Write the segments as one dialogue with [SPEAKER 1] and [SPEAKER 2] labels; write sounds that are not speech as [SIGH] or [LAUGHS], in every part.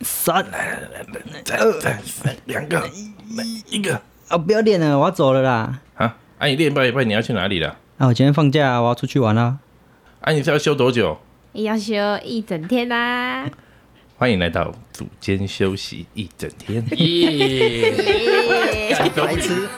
[SPEAKER 1] 三、
[SPEAKER 2] 二、两个，一个
[SPEAKER 1] 啊，不要练了，我要走了啦。
[SPEAKER 2] 啊！啊，你练一半一半，你要去哪里了？
[SPEAKER 1] 啊，我今天放假，我要出去玩啦。
[SPEAKER 2] 啊，你是要休多久？
[SPEAKER 3] 要休一整天啦、
[SPEAKER 2] 欢迎来到组间休息一整天。
[SPEAKER 4] 耶！
[SPEAKER 1] 白痴，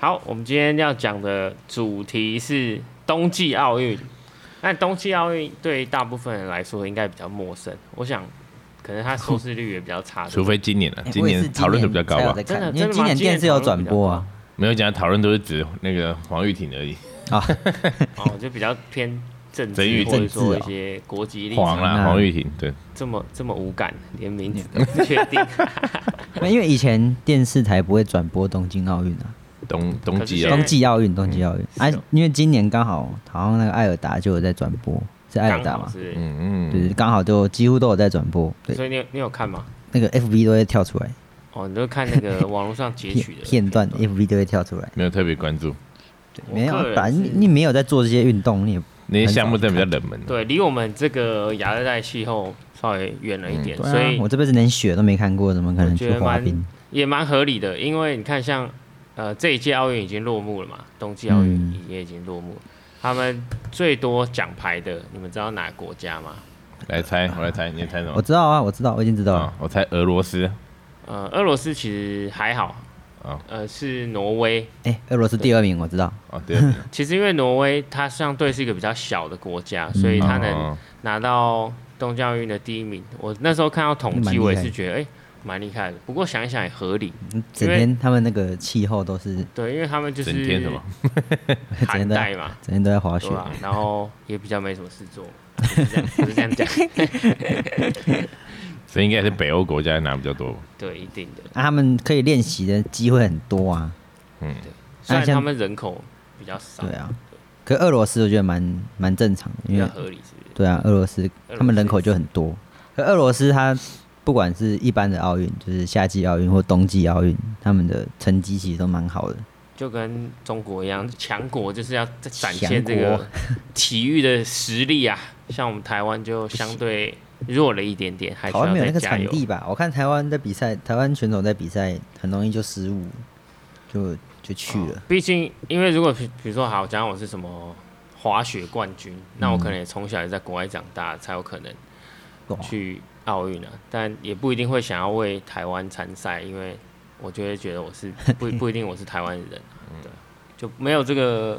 [SPEAKER 4] 好，我们今天要讲的主题是冬季奥运。那冬季奥运对大部分人来说应该比较陌生，我想可能它收视率也比较差。
[SPEAKER 2] 除非今年了，哎今
[SPEAKER 1] 我也是
[SPEAKER 2] 年讨论度比较高啊
[SPEAKER 1] 才有
[SPEAKER 2] 吧
[SPEAKER 1] 在？
[SPEAKER 4] 真的
[SPEAKER 1] 看，因为
[SPEAKER 4] 真的
[SPEAKER 1] 今
[SPEAKER 4] 吗
[SPEAKER 1] 年
[SPEAKER 4] 今年
[SPEAKER 1] 电视有
[SPEAKER 4] 讨论
[SPEAKER 1] 转
[SPEAKER 4] 比较
[SPEAKER 1] 播
[SPEAKER 4] 高
[SPEAKER 1] 啊。
[SPEAKER 2] 没有讲讨论都是指那个黄玉婷而已，
[SPEAKER 4] 哦，就比较偏政
[SPEAKER 2] 整
[SPEAKER 4] 治
[SPEAKER 2] 语
[SPEAKER 4] 或者
[SPEAKER 1] 政治
[SPEAKER 4] 说
[SPEAKER 1] 哦
[SPEAKER 4] 一些国籍立
[SPEAKER 2] 黄
[SPEAKER 4] 场，
[SPEAKER 2] 啦，
[SPEAKER 1] 嗯
[SPEAKER 2] 黄玉婷对。
[SPEAKER 4] 这么这么无感，连名字都不确
[SPEAKER 1] [LAUGHS]
[SPEAKER 4] 定。
[SPEAKER 1] 那啊 [LAUGHS] 因为以前电视台不会转播东京奥运
[SPEAKER 2] [LAUGHS]
[SPEAKER 1] 啊，
[SPEAKER 2] 冬冬季
[SPEAKER 4] 可
[SPEAKER 2] 啊
[SPEAKER 4] 是现
[SPEAKER 1] 冬
[SPEAKER 4] 在，
[SPEAKER 1] 季奥运，冬季奥运啊
[SPEAKER 4] 是哦，
[SPEAKER 1] 因为今年刚好好像那个艾尔达就有在转播，是艾尔达
[SPEAKER 4] 刚好
[SPEAKER 1] 嘛？
[SPEAKER 4] 是，
[SPEAKER 2] 嗯
[SPEAKER 1] 对，
[SPEAKER 2] 嗯，
[SPEAKER 1] 刚好都几乎都有在转播，对，
[SPEAKER 4] 所以你有你有看吗？
[SPEAKER 1] 那个 FB 都会跳出来
[SPEAKER 4] 哦，你都看那个网络上截
[SPEAKER 1] 片
[SPEAKER 4] 取的
[SPEAKER 1] 片段，FB 都会跳出来。
[SPEAKER 2] 没有特别关注，
[SPEAKER 4] 我
[SPEAKER 1] 没有啊
[SPEAKER 4] 个人，
[SPEAKER 1] 反正你
[SPEAKER 4] 是
[SPEAKER 1] 你没有在做这些运动，你也
[SPEAKER 2] 那些项目真的比较冷门。
[SPEAKER 4] 对，离我们这个亚热带气候稍微远了一点，
[SPEAKER 1] 对啊
[SPEAKER 4] 所以
[SPEAKER 1] 我这辈子连雪都没看过，怎么可能
[SPEAKER 4] 我
[SPEAKER 1] 去
[SPEAKER 4] 觉得
[SPEAKER 1] 滑
[SPEAKER 4] 蛮
[SPEAKER 1] 冰？
[SPEAKER 4] 也蛮合理的。因为你看像，呃这一届奥运已经落幕了嘛，冬季奥
[SPEAKER 1] 嗯
[SPEAKER 4] 运也已经落幕了。他们最多奖牌的，你们知道哪个国家吗？
[SPEAKER 2] 来猜，我来猜，你猜什
[SPEAKER 4] 嗯
[SPEAKER 1] 我
[SPEAKER 2] 么？
[SPEAKER 1] 知道啊，我知道，我已经知道了
[SPEAKER 2] 啊。，我猜俄罗斯。
[SPEAKER 4] 呃，俄罗斯其实还好
[SPEAKER 2] 哦，
[SPEAKER 4] 呃是挪威。
[SPEAKER 1] 哎，俄罗斯第二名，我知道。
[SPEAKER 2] 哦，对，嗯
[SPEAKER 4] 其实因为挪威它相对是一个比较小的国家，
[SPEAKER 1] 嗯
[SPEAKER 4] 所以它能
[SPEAKER 2] 哦
[SPEAKER 4] 拿到东京奥运的第一名。我那时候看到统
[SPEAKER 1] 蛮厉
[SPEAKER 4] 计，
[SPEAKER 1] 害
[SPEAKER 4] 我也是觉得哎蛮厉害的。不过想一想也合理，
[SPEAKER 1] 整天他们那个气候都是
[SPEAKER 4] 对，因为他们就是
[SPEAKER 2] 整
[SPEAKER 1] [LAUGHS]
[SPEAKER 2] 天什么？
[SPEAKER 4] 寒带嘛，
[SPEAKER 1] 整天都在滑雪
[SPEAKER 4] 对，啊
[SPEAKER 1] [LAUGHS]
[SPEAKER 4] 吧、然后也比较没什么事做，不是这样不是这样讲，
[SPEAKER 2] 所以应该是北欧国家拿比较多。
[SPEAKER 4] 对，一定的。
[SPEAKER 1] 啊，他们可以练习的机会很多啊。
[SPEAKER 4] 虽然
[SPEAKER 1] 像
[SPEAKER 4] 他们人口比较少，
[SPEAKER 1] 对啊，可俄罗斯我觉得蛮蛮正常的，
[SPEAKER 4] 比
[SPEAKER 1] 因
[SPEAKER 4] 较
[SPEAKER 1] 为
[SPEAKER 4] 合理，是不是？
[SPEAKER 1] 对啊，俄罗斯
[SPEAKER 4] 斯
[SPEAKER 1] 他们人口就很多。可俄罗斯它不管是一般的奥运，就是夏季奥运或冬季奥运，他们的成绩其实都蛮好的。
[SPEAKER 4] 就跟中国一样，强国就是要展现这个体育的实力啊。像我们台湾就相对弱了一点点，还需
[SPEAKER 1] 台湾
[SPEAKER 4] 要
[SPEAKER 1] 没有
[SPEAKER 4] 再
[SPEAKER 1] 那个
[SPEAKER 4] 加
[SPEAKER 1] 场
[SPEAKER 4] 油。
[SPEAKER 1] 地吧？我看台湾在比赛，台湾选手在比赛很容易就失误，就就去了。
[SPEAKER 4] 哦毕竟，因为如果比比如说好，讲我是什么滑雪冠军，那我
[SPEAKER 1] 嗯
[SPEAKER 4] 可能也从小也在国外长大，才有可能
[SPEAKER 1] 哇
[SPEAKER 4] 去奥运啊，但也不一定会想要为台湾参赛，因为我就会觉得我
[SPEAKER 1] [LAUGHS]
[SPEAKER 4] 是不不一定我是台湾人，啊
[SPEAKER 1] 嗯
[SPEAKER 4] 对，就没有这个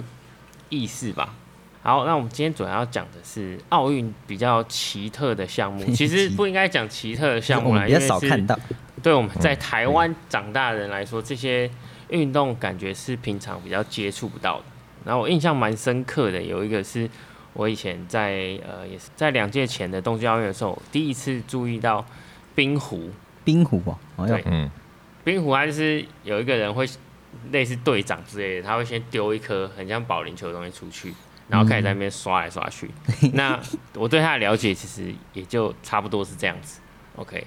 [SPEAKER 4] 意识吧。好，那我们今天主要要讲的是奥运比较奇特的
[SPEAKER 1] [LAUGHS]
[SPEAKER 4] 项目，其实不应该讲奇特的项
[SPEAKER 1] 我
[SPEAKER 4] 目
[SPEAKER 1] 们
[SPEAKER 4] 啦，
[SPEAKER 1] 比
[SPEAKER 4] 因
[SPEAKER 1] 较
[SPEAKER 4] 为
[SPEAKER 1] 少
[SPEAKER 4] 是
[SPEAKER 1] 看到，
[SPEAKER 4] 对我们在台湾长大的人来说，这些运动感觉是平常比较接触不到的。然后我印象蛮深刻的，有一个是我以前在呃也是在两届前的东京奥运的时候，第一次注意到冰壶。
[SPEAKER 1] 冰壶哦，哦要
[SPEAKER 4] 对
[SPEAKER 2] 嗯，
[SPEAKER 4] 冰壶它就是有一个人会类似队长之类的，他会先丢一颗很像保龄球的东西出去，然后开始在那边刷来刷去。那我对他的了解其实也就差不多是这样子。OK，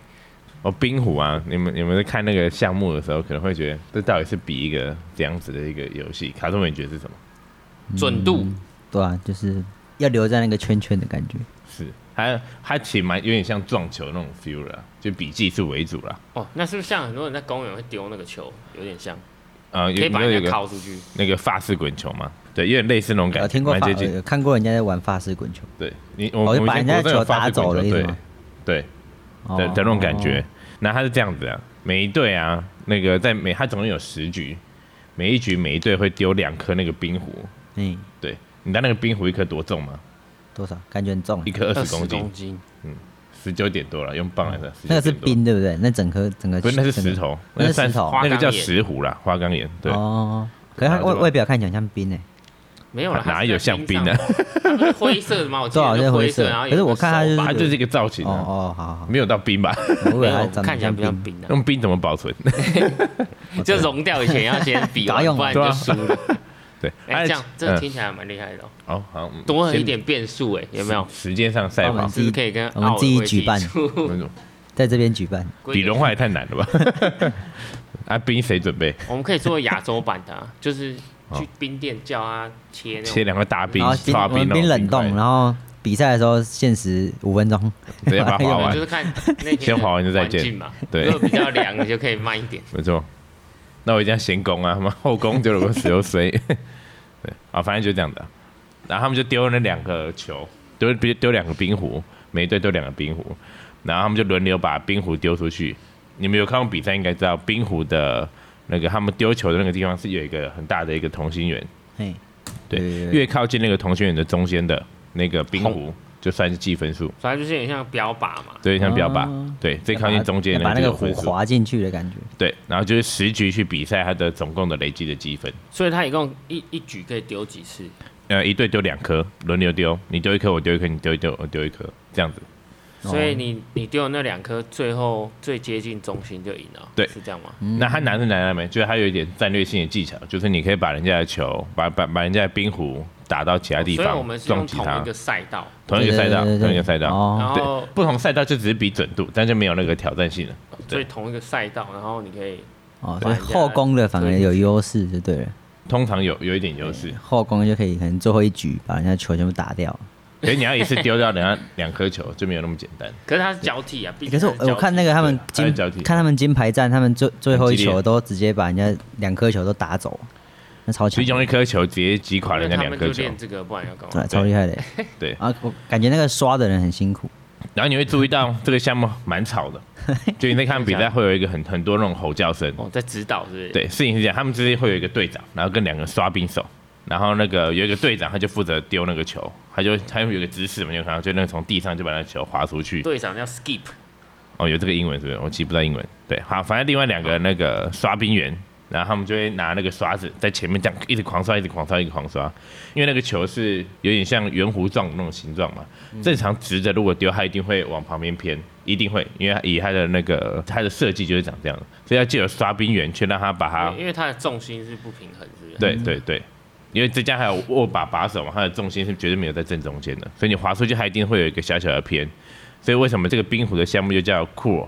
[SPEAKER 2] 哦，冰壶啊，你们你们在看那个项目的时候，可能会觉得这到底是比一个怎样子的一个游戏？卡通文觉得是什么？
[SPEAKER 4] 准度。
[SPEAKER 1] 对啊，就是要留在那个圈圈的感觉。
[SPEAKER 2] 是它它其实蛮有点像撞球那种 feel 啦，就比技术为主啦。
[SPEAKER 4] 哦，那是不是像很多人在公园会丢那个球，有点像，
[SPEAKER 2] 啊，
[SPEAKER 4] 可
[SPEAKER 2] 有
[SPEAKER 4] 以把
[SPEAKER 2] 有有
[SPEAKER 4] 人
[SPEAKER 2] 个
[SPEAKER 4] 家靠出去？
[SPEAKER 2] 那个法式滚球嘛，对，有点类似那种感
[SPEAKER 1] 有
[SPEAKER 2] 觉，
[SPEAKER 1] 听过
[SPEAKER 2] 蛮
[SPEAKER 1] 法，
[SPEAKER 2] 接近。
[SPEAKER 1] 有看过人家在玩法式滚球，
[SPEAKER 2] 对你，
[SPEAKER 1] 哦
[SPEAKER 2] 我我
[SPEAKER 1] 就
[SPEAKER 2] 们
[SPEAKER 1] 把
[SPEAKER 2] 以前
[SPEAKER 1] 人家
[SPEAKER 2] 国中有
[SPEAKER 1] 球打
[SPEAKER 2] 发式滚
[SPEAKER 1] 走了
[SPEAKER 2] 球
[SPEAKER 1] 意思
[SPEAKER 2] 对
[SPEAKER 1] 吗
[SPEAKER 2] 对
[SPEAKER 1] 哦
[SPEAKER 2] 的的那种感觉。那他是这样子啊，每一队啊，那个在每他总共有十局，每一局每一队会丢两颗那个冰壶。
[SPEAKER 1] 嗯，
[SPEAKER 2] 对，你知道那个冰壶一颗多重吗？
[SPEAKER 1] 多少感觉很重啊
[SPEAKER 2] 一。颗二十
[SPEAKER 4] 20
[SPEAKER 2] 公斤
[SPEAKER 4] 公，斤，
[SPEAKER 2] 十九点多了，用磅来算。
[SPEAKER 1] 那个是
[SPEAKER 2] 19点多，
[SPEAKER 1] 冰对不对？那整颗整个
[SPEAKER 2] 不是那是
[SPEAKER 1] 整个
[SPEAKER 2] 石头，
[SPEAKER 1] 那是
[SPEAKER 2] 算
[SPEAKER 1] 石头
[SPEAKER 4] 花
[SPEAKER 2] 那个叫
[SPEAKER 4] 岗岩
[SPEAKER 2] 石壶啦，花岗岩。对，
[SPEAKER 1] 哦。可是它
[SPEAKER 2] 拿着
[SPEAKER 1] 外
[SPEAKER 2] 吧
[SPEAKER 1] 外表看起来很像冰欸诶，
[SPEAKER 4] 没有了，
[SPEAKER 2] 啊哪有像冰
[SPEAKER 4] 的 [LAUGHS]
[SPEAKER 2] 的？？
[SPEAKER 4] 它不是灰色
[SPEAKER 2] [LAUGHS]
[SPEAKER 4] 的吗？我记
[SPEAKER 1] 对好
[SPEAKER 4] 得
[SPEAKER 1] 像
[SPEAKER 4] 是
[SPEAKER 1] 灰
[SPEAKER 4] 灰
[SPEAKER 1] 色
[SPEAKER 4] 色，然后有
[SPEAKER 1] 可是
[SPEAKER 4] 一个
[SPEAKER 1] 我看它就是
[SPEAKER 4] 手把
[SPEAKER 2] 它就是一个造型
[SPEAKER 1] 哦
[SPEAKER 2] 啊，
[SPEAKER 1] 哦，好
[SPEAKER 2] [LAUGHS]
[SPEAKER 1] 好，
[SPEAKER 2] 没有到冰吧？
[SPEAKER 1] 好我以为它长
[SPEAKER 4] 没有
[SPEAKER 1] 得
[SPEAKER 4] 看起来比较
[SPEAKER 1] 冰，
[SPEAKER 4] 冰的，
[SPEAKER 2] 用冰怎么保存？ [LAUGHS]
[SPEAKER 4] 就融掉以前要先比
[SPEAKER 1] 搞 [LAUGHS]
[SPEAKER 4] 完，
[SPEAKER 1] 用
[SPEAKER 4] 不然你就
[SPEAKER 2] 对啊
[SPEAKER 4] 输了。
[SPEAKER 2] 对，
[SPEAKER 4] 哎，这样这
[SPEAKER 2] 嗯
[SPEAKER 4] 听起来蛮厉害的哦，
[SPEAKER 2] 哦，好，嗯
[SPEAKER 4] 多了
[SPEAKER 2] 先
[SPEAKER 4] 一点变数哎，有没有？
[SPEAKER 2] 时间上赛
[SPEAKER 1] 我
[SPEAKER 2] 跑
[SPEAKER 1] 们，
[SPEAKER 4] 是不是可以跟
[SPEAKER 1] 我们
[SPEAKER 4] 奥
[SPEAKER 1] 自己 [LAUGHS]
[SPEAKER 4] 委会
[SPEAKER 1] 举办
[SPEAKER 4] 提出
[SPEAKER 2] 那种
[SPEAKER 1] 在这边举办，
[SPEAKER 4] 规
[SPEAKER 2] 比
[SPEAKER 4] 格
[SPEAKER 2] 融化也太难了吧？ [LAUGHS] 啊，冰谁准备？
[SPEAKER 4] 我们可以做亚洲版的、
[SPEAKER 1] [LAUGHS]
[SPEAKER 4] 啊，就是
[SPEAKER 2] 哦
[SPEAKER 4] 去冰店叫他切那
[SPEAKER 2] 切
[SPEAKER 4] 种，
[SPEAKER 2] 两个大冰
[SPEAKER 1] 然后，冰
[SPEAKER 2] 刷
[SPEAKER 1] 我们
[SPEAKER 2] 冰
[SPEAKER 1] 冰冷冻，
[SPEAKER 2] 然后
[SPEAKER 1] 然后比赛的时候限时五分
[SPEAKER 2] [LAUGHS]
[SPEAKER 1] 钟，[LAUGHS]
[SPEAKER 2] 直接把
[SPEAKER 1] 然
[SPEAKER 2] 它滑
[SPEAKER 1] 后
[SPEAKER 4] 我们
[SPEAKER 2] 完。
[SPEAKER 4] 就是看那天
[SPEAKER 2] 先滑完就再见
[SPEAKER 4] 环境嘛。
[SPEAKER 2] 对
[SPEAKER 4] 如果比较凉，你就可以慢一点。
[SPEAKER 2] 没错，那我一定要先攻啊，他妈后攻丢了个石头 [LAUGHS] 水。对，啊，反正就这样的。然后他们就丢了那两个球，丢丢丢两个冰壶，每一队丢两个冰壶，然后他们就轮流把冰壶丢出去。你们有看过比赛，应该知道冰壶的那个他们丢球的那个地方是有一个很大的一个同心圆，
[SPEAKER 1] 嘿，
[SPEAKER 2] 对，
[SPEAKER 1] 对对对
[SPEAKER 2] 越靠近那个同心圆的中间的那个冰壶，就算是计分数，
[SPEAKER 4] 反正就是有点像标靶嘛，
[SPEAKER 2] 所以像标靶，
[SPEAKER 1] 哦
[SPEAKER 2] 对，最靠近中间的
[SPEAKER 1] 把把那个
[SPEAKER 2] 就有
[SPEAKER 1] 壶
[SPEAKER 2] 分数，
[SPEAKER 1] 滑进去的感觉，
[SPEAKER 2] 对，然后就是十局去比赛，它的总共的累积的积分。
[SPEAKER 4] 所以他一共一一局可以丢几次？
[SPEAKER 2] 呃，一队丢两颗，轮流丢，你丢一颗，我丢一颗，你丢一丢，我丢一颗，这样子。
[SPEAKER 4] 所以你你丢的那两颗，最后最接近中心就赢了，
[SPEAKER 2] 对
[SPEAKER 4] 是这样吗？
[SPEAKER 2] 那他难是难在没，就是他有一点战略性的技巧，就是你可以把人家的球，把把把人家的冰壶打到其他地
[SPEAKER 4] 哦所以我
[SPEAKER 2] 方
[SPEAKER 4] 们，是
[SPEAKER 2] 撞
[SPEAKER 4] 用
[SPEAKER 2] 击
[SPEAKER 4] 同
[SPEAKER 2] 他
[SPEAKER 4] 一个。赛道，
[SPEAKER 2] 同一个赛
[SPEAKER 1] 对对对
[SPEAKER 2] 道，
[SPEAKER 1] 对对
[SPEAKER 2] 同一个赛道。
[SPEAKER 1] 哦
[SPEAKER 4] 然后
[SPEAKER 2] 对，不同赛道就只是比准度，但就没有那个挑战性了。
[SPEAKER 4] 所以同一个赛道，然后你可以
[SPEAKER 1] 哦，
[SPEAKER 4] 把
[SPEAKER 1] 所以
[SPEAKER 4] 人家
[SPEAKER 1] 后攻的反而有优势就对了，
[SPEAKER 2] 通常有有一点优势，
[SPEAKER 1] 后攻就可以可能最后一局把人家球全部打掉。
[SPEAKER 2] 可是你要一次丢掉人家两颗球就没有那么简单。
[SPEAKER 4] 可是它是脚体啊，毕
[SPEAKER 1] 可
[SPEAKER 4] 竟
[SPEAKER 1] 是我
[SPEAKER 4] 它
[SPEAKER 1] 我
[SPEAKER 4] 脚
[SPEAKER 1] 看
[SPEAKER 4] 体
[SPEAKER 1] 那个他们
[SPEAKER 2] 还有
[SPEAKER 1] 金
[SPEAKER 2] 脚踢
[SPEAKER 1] 看他们金牌战，他们最最后一
[SPEAKER 2] 很激
[SPEAKER 1] 球
[SPEAKER 2] 烈
[SPEAKER 1] 都直接把人家两颗球都打走，那超强
[SPEAKER 2] 其，中一颗球直接击垮人家
[SPEAKER 4] 因
[SPEAKER 2] 两
[SPEAKER 4] 为他们
[SPEAKER 2] 颗
[SPEAKER 4] 就
[SPEAKER 2] 球，
[SPEAKER 4] 练这个，不然要干嘛
[SPEAKER 1] 对，？超厉害的。
[SPEAKER 2] 对
[SPEAKER 1] 啊，我感觉那个刷的人很辛苦，
[SPEAKER 2] 然后你会注意到这个项目蛮吵
[SPEAKER 4] [LAUGHS]
[SPEAKER 2] 的，就你在看比赛会有一个很很多那种吼叫声。
[SPEAKER 4] 哦，在指导是不是？，
[SPEAKER 2] 对，事情是这样，他们之间会有一个队长，然后跟两个刷兵手，然后那个有一个队长，他就负责丢那个球，他就他有一个姿势嘛，你有看到，就那个从地上就把那个球滑出去。
[SPEAKER 4] 队长叫 skip，
[SPEAKER 2] 哦，有这个英文是不是？我记不到英文。对，好，反正另外两个那个刷冰员，然后他们就会拿那个刷子在前面这样一直狂刷，一直狂刷，一直狂刷，因为那个球是有点像圆弧状的那种形状嘛。正常直着如果丢，它一定会往旁边偏，一定会，因为它以它的那个它的设计就是长这样的，所以要借由刷冰员去让它把它
[SPEAKER 4] 因为因为它的重心是不平衡，是不是？
[SPEAKER 2] 啊
[SPEAKER 4] [LAUGHS]
[SPEAKER 2] 对对对，因为这家还有握把把手嘛，它的重心是绝对没有在正中间的，所以你滑出去它一定会有一个小小的偏。所以为什么这个冰壶的项目就叫 cool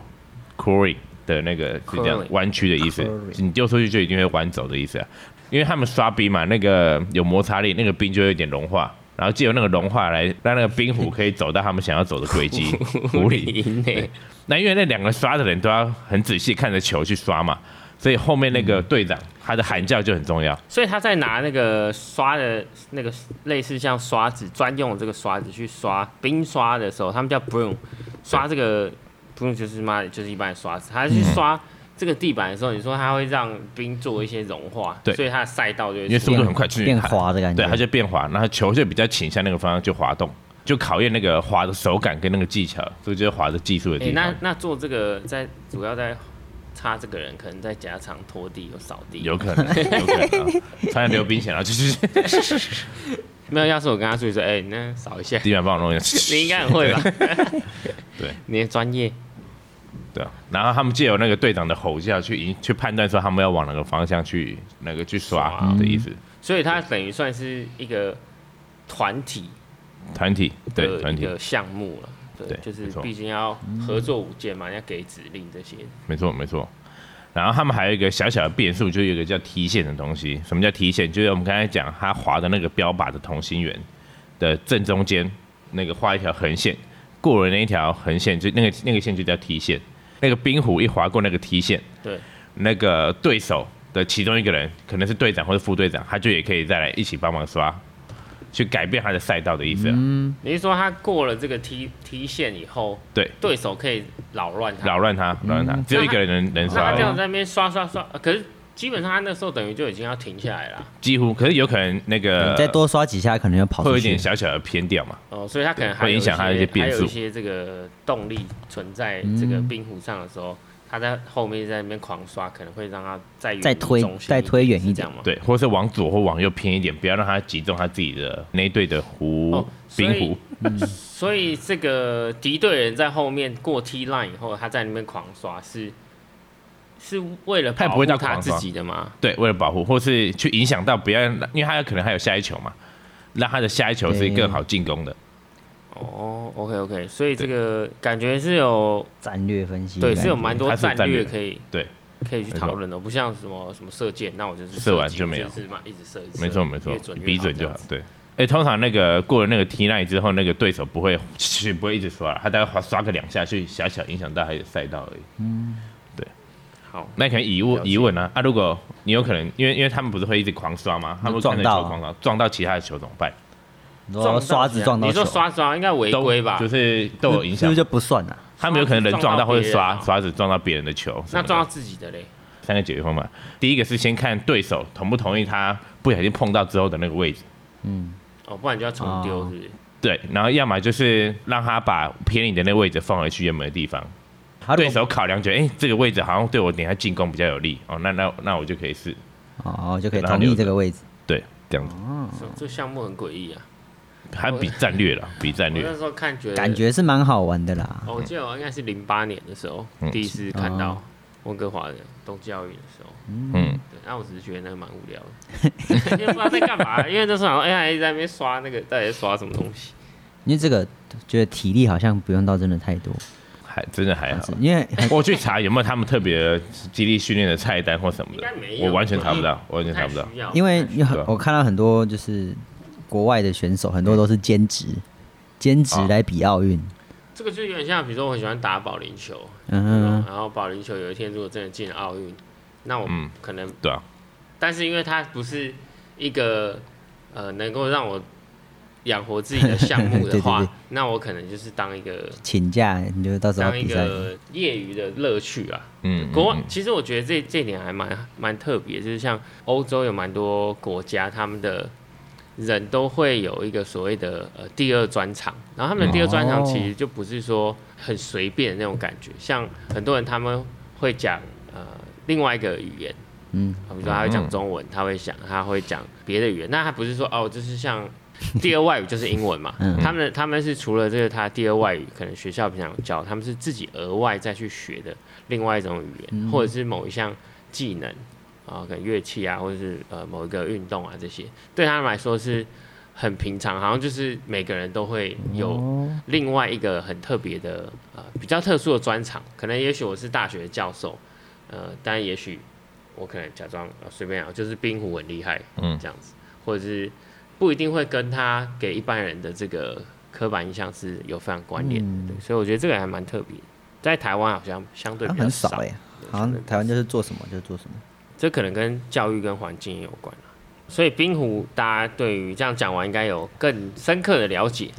[SPEAKER 2] cooling 的那个是这样
[SPEAKER 4] Curling
[SPEAKER 2] 弯曲的意思
[SPEAKER 1] Curling，
[SPEAKER 2] 你丢出去就一定会弯走的意思啊。因为他们刷冰嘛，那个有摩擦力，那个冰就会有点融化，然后借由那个融化来让那个冰壶可以走到他们想要走的轨迹湖里。
[SPEAKER 4] 赢呢？
[SPEAKER 2] 那因为那两个刷的人都要很仔细看着球去刷嘛，所以后面那个队长、他的喊叫就很重要。
[SPEAKER 4] 所以他在拿那个刷的那个类似像刷子专用的这个刷子去刷冰刷的时候，他们叫 broom，刷这个 broom 就是妈的就是一般的刷子，他去刷这个地板的时候，你说它会让冰做一些融化，
[SPEAKER 2] 对
[SPEAKER 4] 所以它的赛道就会
[SPEAKER 2] 因为速
[SPEAKER 1] 变
[SPEAKER 2] 度
[SPEAKER 4] 缩
[SPEAKER 2] 很快，就是
[SPEAKER 1] 变滑的感觉
[SPEAKER 2] 对，它就变滑，然后球就比较倾向那个方向就滑动，就考验那个滑的手感跟那个技巧，所以就是滑的技术的
[SPEAKER 4] 哎、
[SPEAKER 2] 地方。
[SPEAKER 4] 那那做这个在主要在擦这个人，可能在夹场拖地有扫地，
[SPEAKER 2] 有可能，有 [LAUGHS] 可能、啊，穿着溜冰鞋，然后就是，
[SPEAKER 4] 没有？要是我跟他出去说，哎、你那扫一下
[SPEAKER 2] [LAUGHS] 地板帮我弄一下，
[SPEAKER 4] 你应该很会吧？
[SPEAKER 2] 对，
[SPEAKER 4] [LAUGHS] 你的专业
[SPEAKER 2] 对啊。然后他们借由那个队长的吼叫去引去判断说他们要往哪个方向去那个去刷
[SPEAKER 4] 刷
[SPEAKER 2] 的意思。
[SPEAKER 4] 所以它等于算是一个团体
[SPEAKER 2] 团体对
[SPEAKER 4] 的
[SPEAKER 2] 团
[SPEAKER 4] 一
[SPEAKER 2] 体，
[SPEAKER 4] 个项目了。
[SPEAKER 2] 对
[SPEAKER 4] 对，就
[SPEAKER 2] 没
[SPEAKER 4] 是
[SPEAKER 2] 错
[SPEAKER 4] 毕竟要合作舞剑嘛，要给指令这些。
[SPEAKER 2] 没错没错。然后他们还有一个小小的变数，就是有一个叫踢线的东西。什么叫踢线？就是我们刚才讲，它划的那个标靶的同心圆的正中间，那个画一条横线，过了那一条横线，就那个那个线就叫踢线。那个冰壶一划过那个踢线，
[SPEAKER 4] 对，
[SPEAKER 2] 那个对手的其中一个人，可能是队长或者副队长，他就也可以再来一起帮忙刷，去改变他的赛道的意思啊。
[SPEAKER 4] 你是说他过了这个 T T 线以后，
[SPEAKER 2] 对，
[SPEAKER 4] 对手可以扰乱他？
[SPEAKER 2] 扰嗯乱他，扰乱他，只有一个人能能
[SPEAKER 4] 嗯那
[SPEAKER 2] 刷
[SPEAKER 4] 他
[SPEAKER 2] 而已。
[SPEAKER 4] 这样在那边刷刷刷，呃可是基本上他那时候等于就已经要停下来了。
[SPEAKER 2] 几乎，可是有可能那个
[SPEAKER 1] 你再多刷几下可能就跑
[SPEAKER 2] 呃会有
[SPEAKER 1] 出
[SPEAKER 2] 一点
[SPEAKER 1] 去。
[SPEAKER 2] 小小的偏掉嘛。
[SPEAKER 4] 哦，所以他可能还
[SPEAKER 2] 会
[SPEAKER 4] 有
[SPEAKER 2] 影响他的一些变
[SPEAKER 4] 还有
[SPEAKER 2] 数
[SPEAKER 4] 一些这个动力存在
[SPEAKER 1] 嗯
[SPEAKER 4] 这个冰湖上的时候，他在后面在那边狂刷，可能会让他再远
[SPEAKER 1] 再
[SPEAKER 4] 离
[SPEAKER 1] 推
[SPEAKER 4] 中心
[SPEAKER 1] 再
[SPEAKER 4] 一点
[SPEAKER 1] 推远一
[SPEAKER 4] 是这
[SPEAKER 1] 点
[SPEAKER 4] 样吗？
[SPEAKER 2] 对，或是往左或往右偏一点，不要让它击中它自己的那一队的湖、
[SPEAKER 4] 哦所以
[SPEAKER 2] 冰湖。
[SPEAKER 4] 所以这个敌对人在后面过 T line 以后，他在那边狂刷是是为了
[SPEAKER 2] 他也
[SPEAKER 4] 保
[SPEAKER 2] 不会
[SPEAKER 4] 护
[SPEAKER 2] 到
[SPEAKER 4] 他
[SPEAKER 2] 狂
[SPEAKER 4] 自
[SPEAKER 2] 刷
[SPEAKER 4] 己的吗？
[SPEAKER 2] 对，为了保护，或是去影响到，不要让，因为它有可能还有下一球嘛，让它的下一球是更好进攻的。
[SPEAKER 4] 哦，OK OK，所以这个感觉是有
[SPEAKER 1] 战略分析的
[SPEAKER 4] 对
[SPEAKER 1] 感觉，
[SPEAKER 4] 是有蛮多
[SPEAKER 2] 它是
[SPEAKER 4] 战
[SPEAKER 2] 战
[SPEAKER 4] 略
[SPEAKER 2] 略
[SPEAKER 4] 可以
[SPEAKER 2] 对，
[SPEAKER 4] 可以去
[SPEAKER 2] 没
[SPEAKER 4] 讨
[SPEAKER 2] 错
[SPEAKER 4] 论的，不像什么什么射箭，那我就是
[SPEAKER 2] 射完
[SPEAKER 4] 击
[SPEAKER 2] 就
[SPEAKER 4] 我
[SPEAKER 2] 没有
[SPEAKER 4] 就是嘛一直射一直射，
[SPEAKER 2] 没错没错
[SPEAKER 4] 越准，越
[SPEAKER 2] 比准就
[SPEAKER 4] 好
[SPEAKER 2] 好
[SPEAKER 4] 这样子。。
[SPEAKER 2] 对，哎，通常那个过了那个 T line 之后，那个对手不会不会一直刷，他大概刷刷个两下去，小小影响到他的赛道而已。
[SPEAKER 4] 好，
[SPEAKER 2] 那可能疑
[SPEAKER 4] 了
[SPEAKER 2] 问
[SPEAKER 4] 解
[SPEAKER 2] 疑问呢？啊，如果你有可能，因为因为他们不是会一直狂刷吗？他们
[SPEAKER 1] 撞
[SPEAKER 2] 看着
[SPEAKER 1] 到啊
[SPEAKER 2] 球狂刷，撞到其他的球怎么办？
[SPEAKER 1] 你说刷子撞到
[SPEAKER 4] 你
[SPEAKER 1] 球，
[SPEAKER 4] 说刷刷应该违规吧？
[SPEAKER 2] 就是都
[SPEAKER 1] 是
[SPEAKER 2] 有
[SPEAKER 1] 不
[SPEAKER 2] 影
[SPEAKER 1] 是
[SPEAKER 2] 响
[SPEAKER 1] 就。不算啊？
[SPEAKER 2] 他们有可能人撞到或者
[SPEAKER 4] 刷
[SPEAKER 2] 刷
[SPEAKER 4] 子撞到别人哦
[SPEAKER 2] 刷子撞到别人的球什么的。
[SPEAKER 4] 那撞到自己的嘞？
[SPEAKER 2] 三个解决方法，第一个是先看对手同不同意他不小心碰到之后的那个位置，
[SPEAKER 1] 嗯，
[SPEAKER 4] 哦，不然就要重丢，
[SPEAKER 1] 哦
[SPEAKER 4] 是不是？
[SPEAKER 2] 对，然后要么就是让他把偏离的那个位置放回去原本的地方。
[SPEAKER 1] 他啊如
[SPEAKER 2] 对
[SPEAKER 1] 果
[SPEAKER 2] 手考量觉得，哎、这个位置好像对我等一下进攻比较有利哦，那那那我就可以试，
[SPEAKER 1] 哦就可以
[SPEAKER 2] 然后
[SPEAKER 1] 同
[SPEAKER 2] 留
[SPEAKER 1] 意
[SPEAKER 2] 着
[SPEAKER 1] 这个位置，
[SPEAKER 2] 对，这样子，
[SPEAKER 1] 哦
[SPEAKER 4] 这这项目很诡异啊！
[SPEAKER 2] 还比战略了，比战
[SPEAKER 4] 我
[SPEAKER 2] 略
[SPEAKER 4] 那，时候看觉得
[SPEAKER 1] 感觉是蛮好玩的啦。
[SPEAKER 4] 哦，我记得我应该是零八年的时候、
[SPEAKER 2] 嗯
[SPEAKER 4] 第一次看到
[SPEAKER 1] 哦
[SPEAKER 4] 温哥华的冬季奥运的时候，
[SPEAKER 2] 嗯，
[SPEAKER 4] 对，那我只是觉得那个蛮无聊的，因为不知道在干嘛，因为那时候好像 AI 一直在那边刷那个，到底在刷什么东西？
[SPEAKER 1] 因为这个觉得体力好像不用到真的太多，
[SPEAKER 2] 还真的还好。
[SPEAKER 1] 因为
[SPEAKER 2] 我去查有没有他们特别的激励训练的菜单或什么
[SPEAKER 4] 应该
[SPEAKER 2] 的
[SPEAKER 4] 没，有哎
[SPEAKER 2] 我完全查不到，我完全查不到
[SPEAKER 4] 太。需要，
[SPEAKER 1] [LAUGHS] 因为有很
[SPEAKER 2] 对啊
[SPEAKER 1] 我看到很多就是国外的选手，很多都是兼职，兼职来比奥运。
[SPEAKER 4] 这个就有点像，比如说我很喜欢打保龄球，
[SPEAKER 1] 嗯，
[SPEAKER 4] 然后保龄球有一天如果真的进了奥运，那我
[SPEAKER 2] 嗯
[SPEAKER 4] 可能
[SPEAKER 2] 对啊，
[SPEAKER 4] 但是因为它不是一个呃能够让我养活自己的项目
[SPEAKER 1] 对
[SPEAKER 4] 的
[SPEAKER 1] 对
[SPEAKER 4] 话，
[SPEAKER 1] 对
[SPEAKER 4] 那我可能就是当一个
[SPEAKER 1] 请假你就到时候
[SPEAKER 4] 当一
[SPEAKER 1] 比赛。
[SPEAKER 4] 个业余的乐趣啊。
[SPEAKER 2] 嗯，
[SPEAKER 4] 国外
[SPEAKER 2] 嗯
[SPEAKER 4] 其实我觉得这这点还蛮蛮特别，就是像欧洲有蛮多国家，他们的人都会有一个所谓的呃第二专场，然后他们的第二专场
[SPEAKER 1] 哦
[SPEAKER 4] 其实就不是说很随便的那种感觉，像很多人他们会讲呃另外一个语言。
[SPEAKER 1] 嗯，
[SPEAKER 4] 啊比如说他会讲中文，他会讲他会讲别的语言，那他不是说哦，就是像第二外语就是英文嘛？
[SPEAKER 1] 嗯
[SPEAKER 4] 他们他们是除了这个他第二外语，可能学校平常有教，他们是自己额外再去学的另外一种语言，
[SPEAKER 1] 嗯
[SPEAKER 4] 或者是某一项技能啊，可能乐器啊，或者是呃某一个运动啊这些，对他们来说是很平常，好像就是每个人都会有
[SPEAKER 1] 哦，
[SPEAKER 4] 另外一个很特别的呃比较特殊的专场，可能也许我是大学教授，呃，但也许我可能假装呃随便啊，就是冰壶很厉害，嗯
[SPEAKER 2] 嗯，
[SPEAKER 4] 这样子，或者是不一定会跟他给一般人的这个刻板印象是有非常关联
[SPEAKER 1] 嗯
[SPEAKER 4] 的，对，所以我觉得这个还蛮特别的，在台湾好像相对
[SPEAKER 1] 啊
[SPEAKER 4] 比较
[SPEAKER 1] 很
[SPEAKER 4] 少，
[SPEAKER 1] 少哎，
[SPEAKER 4] 对
[SPEAKER 1] 好
[SPEAKER 4] 相对
[SPEAKER 1] 像
[SPEAKER 4] 比较
[SPEAKER 1] 台湾就是做什么就做什么。
[SPEAKER 4] 这可能跟教育跟环境也有关啊所以冰壶大家对于这样讲完应该有更深刻的了解，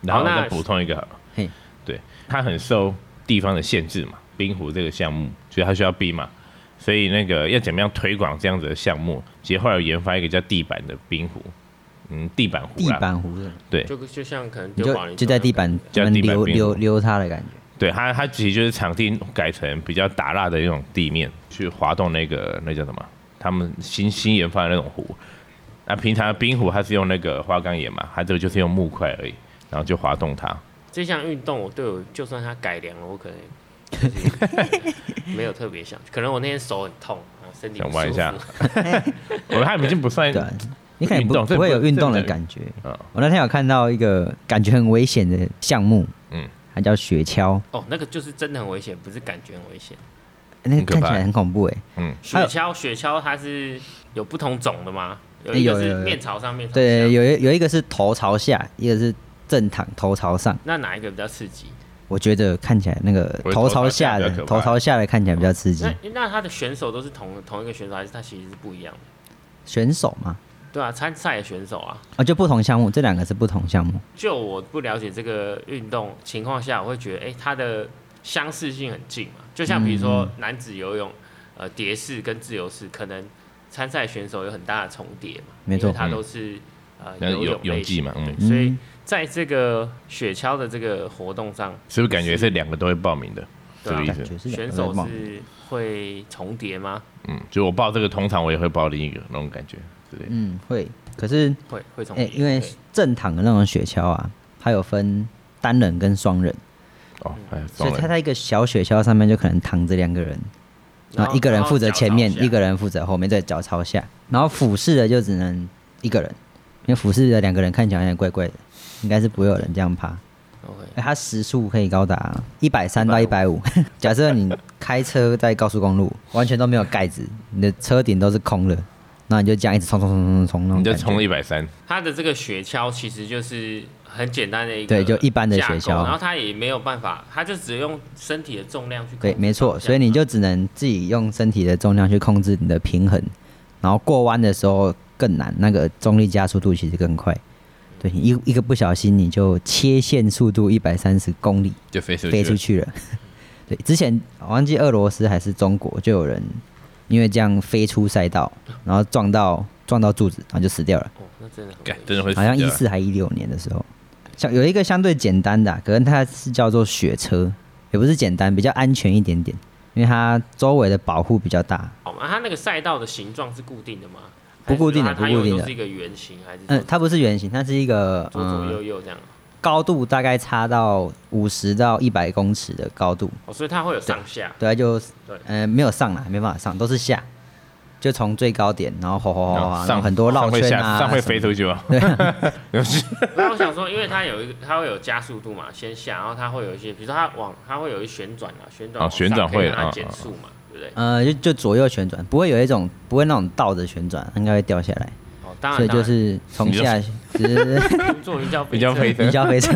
[SPEAKER 2] 然后
[SPEAKER 4] 好那
[SPEAKER 2] 再补充一个好了
[SPEAKER 1] 嘿，
[SPEAKER 2] 对，它很受地方的限制嘛，冰壶这个项目，所以它需要冰嘛，所以那个要怎么样推广这样子的项目，其实后来有研发一个叫地板的冰壶，嗯，地板壶
[SPEAKER 1] 地
[SPEAKER 2] 啦，
[SPEAKER 1] 板湖的，
[SPEAKER 4] 就就像可能
[SPEAKER 1] 你
[SPEAKER 4] 丢保
[SPEAKER 1] 就
[SPEAKER 4] 龄
[SPEAKER 1] 就
[SPEAKER 4] 球
[SPEAKER 1] 在
[SPEAKER 4] 那种
[SPEAKER 1] 地
[SPEAKER 4] 感
[SPEAKER 1] 板
[SPEAKER 4] 觉
[SPEAKER 1] 上面
[SPEAKER 2] 叫地板
[SPEAKER 1] 溜
[SPEAKER 2] 边
[SPEAKER 1] 溜溜它的感觉。
[SPEAKER 2] 对它，它其实就是场地改成比较打蜡的那种地面，去滑动那个那叫什么？他们新新研发的那种壶。那平常的冰壶它是用那个花岗岩嘛，它这个就是用木块而已，然后就滑动它。
[SPEAKER 4] 这项运动我对我就算它改良了，我可能就是 [LAUGHS] 没有特别想，可能我那天手很痛，啊身体不
[SPEAKER 2] 想玩一
[SPEAKER 4] 舒
[SPEAKER 2] 下
[SPEAKER 4] 服
[SPEAKER 2] 我它已经不算
[SPEAKER 1] 对啊，你可能不
[SPEAKER 2] 嗯运动这
[SPEAKER 1] 不会有
[SPEAKER 2] 不
[SPEAKER 1] 运动的
[SPEAKER 2] 这不
[SPEAKER 1] 感觉。
[SPEAKER 2] 嗯
[SPEAKER 1] 我那天有看到一个感觉很危险的项目，嗯
[SPEAKER 2] 嗯，
[SPEAKER 1] 它叫雪橇，
[SPEAKER 4] 哦，那个就是真的很危险，不是感觉很危险。
[SPEAKER 1] 那个
[SPEAKER 2] 很可
[SPEAKER 1] 看起
[SPEAKER 2] 怕
[SPEAKER 1] 来很恐怖哎。
[SPEAKER 4] 雪
[SPEAKER 1] 还有
[SPEAKER 4] 橇，雪橇它是有不同种的吗？有
[SPEAKER 1] 哎
[SPEAKER 4] 一个
[SPEAKER 1] 有有
[SPEAKER 4] 是
[SPEAKER 1] 有
[SPEAKER 4] 面朝上，面朝
[SPEAKER 1] 对，
[SPEAKER 4] 下。
[SPEAKER 1] 有一有一个是头朝下，一个是正躺头朝上。
[SPEAKER 4] 那哪一个比较刺激？
[SPEAKER 1] 我觉得看起来那个
[SPEAKER 2] 我觉得
[SPEAKER 1] 头朝
[SPEAKER 2] 头朝
[SPEAKER 1] 下
[SPEAKER 2] 下
[SPEAKER 1] 的
[SPEAKER 2] 比较可
[SPEAKER 1] 头
[SPEAKER 2] 怕
[SPEAKER 1] 朝下的看起来比较刺激
[SPEAKER 4] 那。那他的选手都是同同一个选手，还是他其实是不一样的？
[SPEAKER 1] 选手嘛，
[SPEAKER 4] 对啊，参赛的选手啊，
[SPEAKER 1] 哦，就不同项目，这两个是不同项目。
[SPEAKER 4] 就我不了解这个运动情况下，我会觉得，哎、它的相似性很近嘛。就像比如说
[SPEAKER 1] 嗯
[SPEAKER 4] 男子游泳，呃，蝶式跟自由式，可能参赛选手有很大的重叠嘛，
[SPEAKER 1] 没错嗯
[SPEAKER 4] 因为它都是、呃
[SPEAKER 2] 那
[SPEAKER 4] 游
[SPEAKER 2] 泳
[SPEAKER 4] 泳
[SPEAKER 2] 泳技
[SPEAKER 4] 类型
[SPEAKER 2] 嘛，嗯，
[SPEAKER 4] 对所以在这个雪橇的这个活动上，
[SPEAKER 2] 是不是感觉是两个都会报名的？这
[SPEAKER 4] 对啊
[SPEAKER 2] 个意
[SPEAKER 1] 感
[SPEAKER 2] 思
[SPEAKER 1] 觉。是两
[SPEAKER 4] 选
[SPEAKER 1] 个在
[SPEAKER 4] 手
[SPEAKER 1] 梦
[SPEAKER 4] 是会重叠吗？
[SPEAKER 2] 嗯，就我报这个，通常我也会报另一个那种感觉之类的。
[SPEAKER 1] 嗯会，可是
[SPEAKER 4] 会会重
[SPEAKER 1] 哎、
[SPEAKER 4] 叠、
[SPEAKER 1] 因为
[SPEAKER 4] 对
[SPEAKER 1] 正躺的那种雪橇啊，它有分单人跟双人，
[SPEAKER 2] 哦，还有
[SPEAKER 1] 所以
[SPEAKER 2] 双
[SPEAKER 1] 它
[SPEAKER 2] 人，
[SPEAKER 1] 在一个小雪橇上面就可能躺着两个人，然啊后一个人负责前面，一个人负责后面，再脚朝下，然后俯视的就只能一个人，因为俯视的两个人看起来有点怪怪的。应该是不会有人这样爬。
[SPEAKER 4] OK，
[SPEAKER 1] 哎它时速可以高达一百三到一百五。 [LAUGHS] 假设你开车在高速公路，完全都没有盖子，你的车顶都是空的，那你就这样一直冲冲冲冲冲，那种
[SPEAKER 2] 你就
[SPEAKER 1] 感觉
[SPEAKER 2] 冲了一百三，
[SPEAKER 4] 它的这个雪橇其实就是很简单的一个
[SPEAKER 1] 对就一般的
[SPEAKER 4] 架
[SPEAKER 1] 雪
[SPEAKER 4] 构
[SPEAKER 1] 橇
[SPEAKER 4] 然后它也没有办法，它就只用身体的重量去控
[SPEAKER 1] 对，
[SPEAKER 4] 制
[SPEAKER 1] 没错，
[SPEAKER 4] 方向
[SPEAKER 1] 所以你就只能自己用身体的重量去控制你的平衡，然后过弯的时候更难，那个重力加速度其实更快。对你一一个不小心，你就切线速度一百三十公里
[SPEAKER 2] 就飞出去
[SPEAKER 1] 飞
[SPEAKER 2] 了。
[SPEAKER 1] 出去了。 [LAUGHS] 对，之前我忘记俄罗斯还是中国就有人因为这样飞出赛道，然后撞到撞到柱子，然后就死掉了。
[SPEAKER 4] 哦，那真的很
[SPEAKER 2] 干
[SPEAKER 4] 危
[SPEAKER 2] 真的
[SPEAKER 4] 险
[SPEAKER 2] 会死
[SPEAKER 1] 好像
[SPEAKER 2] 掉
[SPEAKER 1] 一四还一六年的时候，像有一个相对简单的啊、可能它是叫做雪车，也不是简单，比较安全一点点，因为它周围的保护比较大。
[SPEAKER 4] 好嘛，它那个赛道的形状是固定的吗？
[SPEAKER 1] 不固定的
[SPEAKER 4] 还是说它
[SPEAKER 1] 不固定的
[SPEAKER 4] 它有都是一个圆形还是？
[SPEAKER 1] 嗯，它不是圆形，它是一个
[SPEAKER 4] 左左右
[SPEAKER 1] 嗯
[SPEAKER 4] 右这样。
[SPEAKER 1] 高度大概差到五十到一百公尺的高度，
[SPEAKER 4] 哦，所以它会有上
[SPEAKER 1] [LAUGHS]
[SPEAKER 4] 下。
[SPEAKER 1] 对，它就
[SPEAKER 4] 对
[SPEAKER 1] 呃没有上来，没办法上，都是下，就从最高点，然后吼吼吼吼
[SPEAKER 2] 然
[SPEAKER 1] 啊
[SPEAKER 2] 后，
[SPEAKER 1] 然
[SPEAKER 2] 哦上
[SPEAKER 1] 后很多绕
[SPEAKER 2] 上会
[SPEAKER 1] 圈
[SPEAKER 2] 下
[SPEAKER 1] 啊，
[SPEAKER 2] 上会
[SPEAKER 1] 什么
[SPEAKER 2] 飞出去哦吗？
[SPEAKER 4] 那我想说，因为它有一个，它会有加速度嘛，先下，然后它会有一些，比如说它往，它会有一旋转啊，旋转
[SPEAKER 2] 哦
[SPEAKER 4] 往上
[SPEAKER 2] 旋转
[SPEAKER 4] 可以
[SPEAKER 2] 会
[SPEAKER 4] 让它
[SPEAKER 2] 啊
[SPEAKER 4] 减
[SPEAKER 2] 啊
[SPEAKER 4] 速嘛，对不对？
[SPEAKER 1] 呃，就就左右旋转，不会有一种不会那种倒着旋转，应该会掉下来，
[SPEAKER 4] 哦，当然，
[SPEAKER 1] 所以就是从
[SPEAKER 2] 啊你就
[SPEAKER 1] 下，只是
[SPEAKER 4] 当然做
[SPEAKER 2] [LAUGHS]
[SPEAKER 4] 云霄
[SPEAKER 2] 比较
[SPEAKER 4] [LAUGHS]
[SPEAKER 2] 飞
[SPEAKER 1] 比
[SPEAKER 2] 车，
[SPEAKER 1] 较飞车，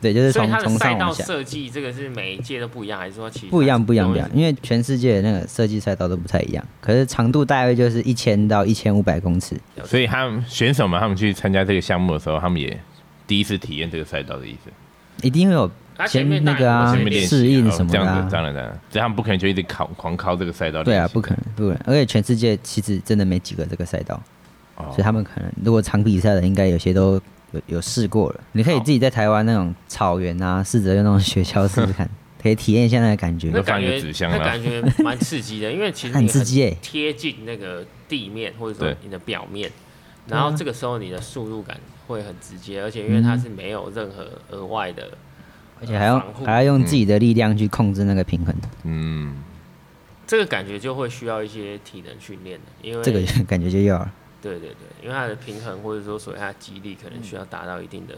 [SPEAKER 1] 对，就是
[SPEAKER 4] 所以
[SPEAKER 1] 从
[SPEAKER 4] 它的
[SPEAKER 1] 从
[SPEAKER 4] 赛
[SPEAKER 1] 上
[SPEAKER 4] 道
[SPEAKER 1] 往下，
[SPEAKER 4] 设计这个是每一届都不一样，还是说其实
[SPEAKER 1] 不一样，不一样，
[SPEAKER 4] 都
[SPEAKER 1] 不一
[SPEAKER 4] 是
[SPEAKER 1] 样，因为全世界的那个设计赛道都不太一样，可是长度大约就是一千到一千五百公尺，
[SPEAKER 2] 所以他们选手们他们去参加这个项目的时候，他们也第一次体验这个赛道的意思。
[SPEAKER 1] 一定会有
[SPEAKER 4] 它前
[SPEAKER 1] 前
[SPEAKER 4] 面
[SPEAKER 1] 那个啊
[SPEAKER 4] 当
[SPEAKER 2] 前
[SPEAKER 4] 然
[SPEAKER 2] 面
[SPEAKER 4] 有
[SPEAKER 2] 练习哦
[SPEAKER 1] 适应什么
[SPEAKER 2] 这
[SPEAKER 1] 的啊
[SPEAKER 2] 样子，当然当然，所以他们不可能就一直考狂考这个赛道。
[SPEAKER 1] 对啊，不可能，不可能，而且全世界其实真的没几个这个赛道，
[SPEAKER 2] 哦
[SPEAKER 1] 所以他们可能如果长比赛的，应该有些都有有试过了，你可
[SPEAKER 4] 哦
[SPEAKER 1] 以自己在台湾那种草原啊，试着用那种雪橇试试
[SPEAKER 4] [LAUGHS]
[SPEAKER 1] 看，可以体验一下那个感觉，
[SPEAKER 4] 那
[SPEAKER 2] 都放
[SPEAKER 4] 感
[SPEAKER 2] 一个
[SPEAKER 4] 觉
[SPEAKER 2] 纸箱
[SPEAKER 4] 那
[SPEAKER 2] 了
[SPEAKER 4] 感觉蛮刺激的，因
[SPEAKER 1] [LAUGHS]
[SPEAKER 4] 为其实
[SPEAKER 1] 很
[SPEAKER 4] 你
[SPEAKER 1] 刺激欸
[SPEAKER 4] 贴近那个地面或者说
[SPEAKER 2] 对
[SPEAKER 4] 你的表面，
[SPEAKER 1] 啊
[SPEAKER 4] 然后这个时候你的速度感会很直接，而且因为它是没有任何额外的，
[SPEAKER 1] 嗯
[SPEAKER 4] 呃
[SPEAKER 1] 而且还要
[SPEAKER 4] 防护嗯
[SPEAKER 1] 还要用自己的力量去控制那个平衡，
[SPEAKER 2] 嗯，
[SPEAKER 4] 这个感觉就会需要一些体能训练的，因为
[SPEAKER 1] 这个感觉就要了。
[SPEAKER 4] 对对对，因为它的平衡或者说所谓它的肌力可能需要达到一定的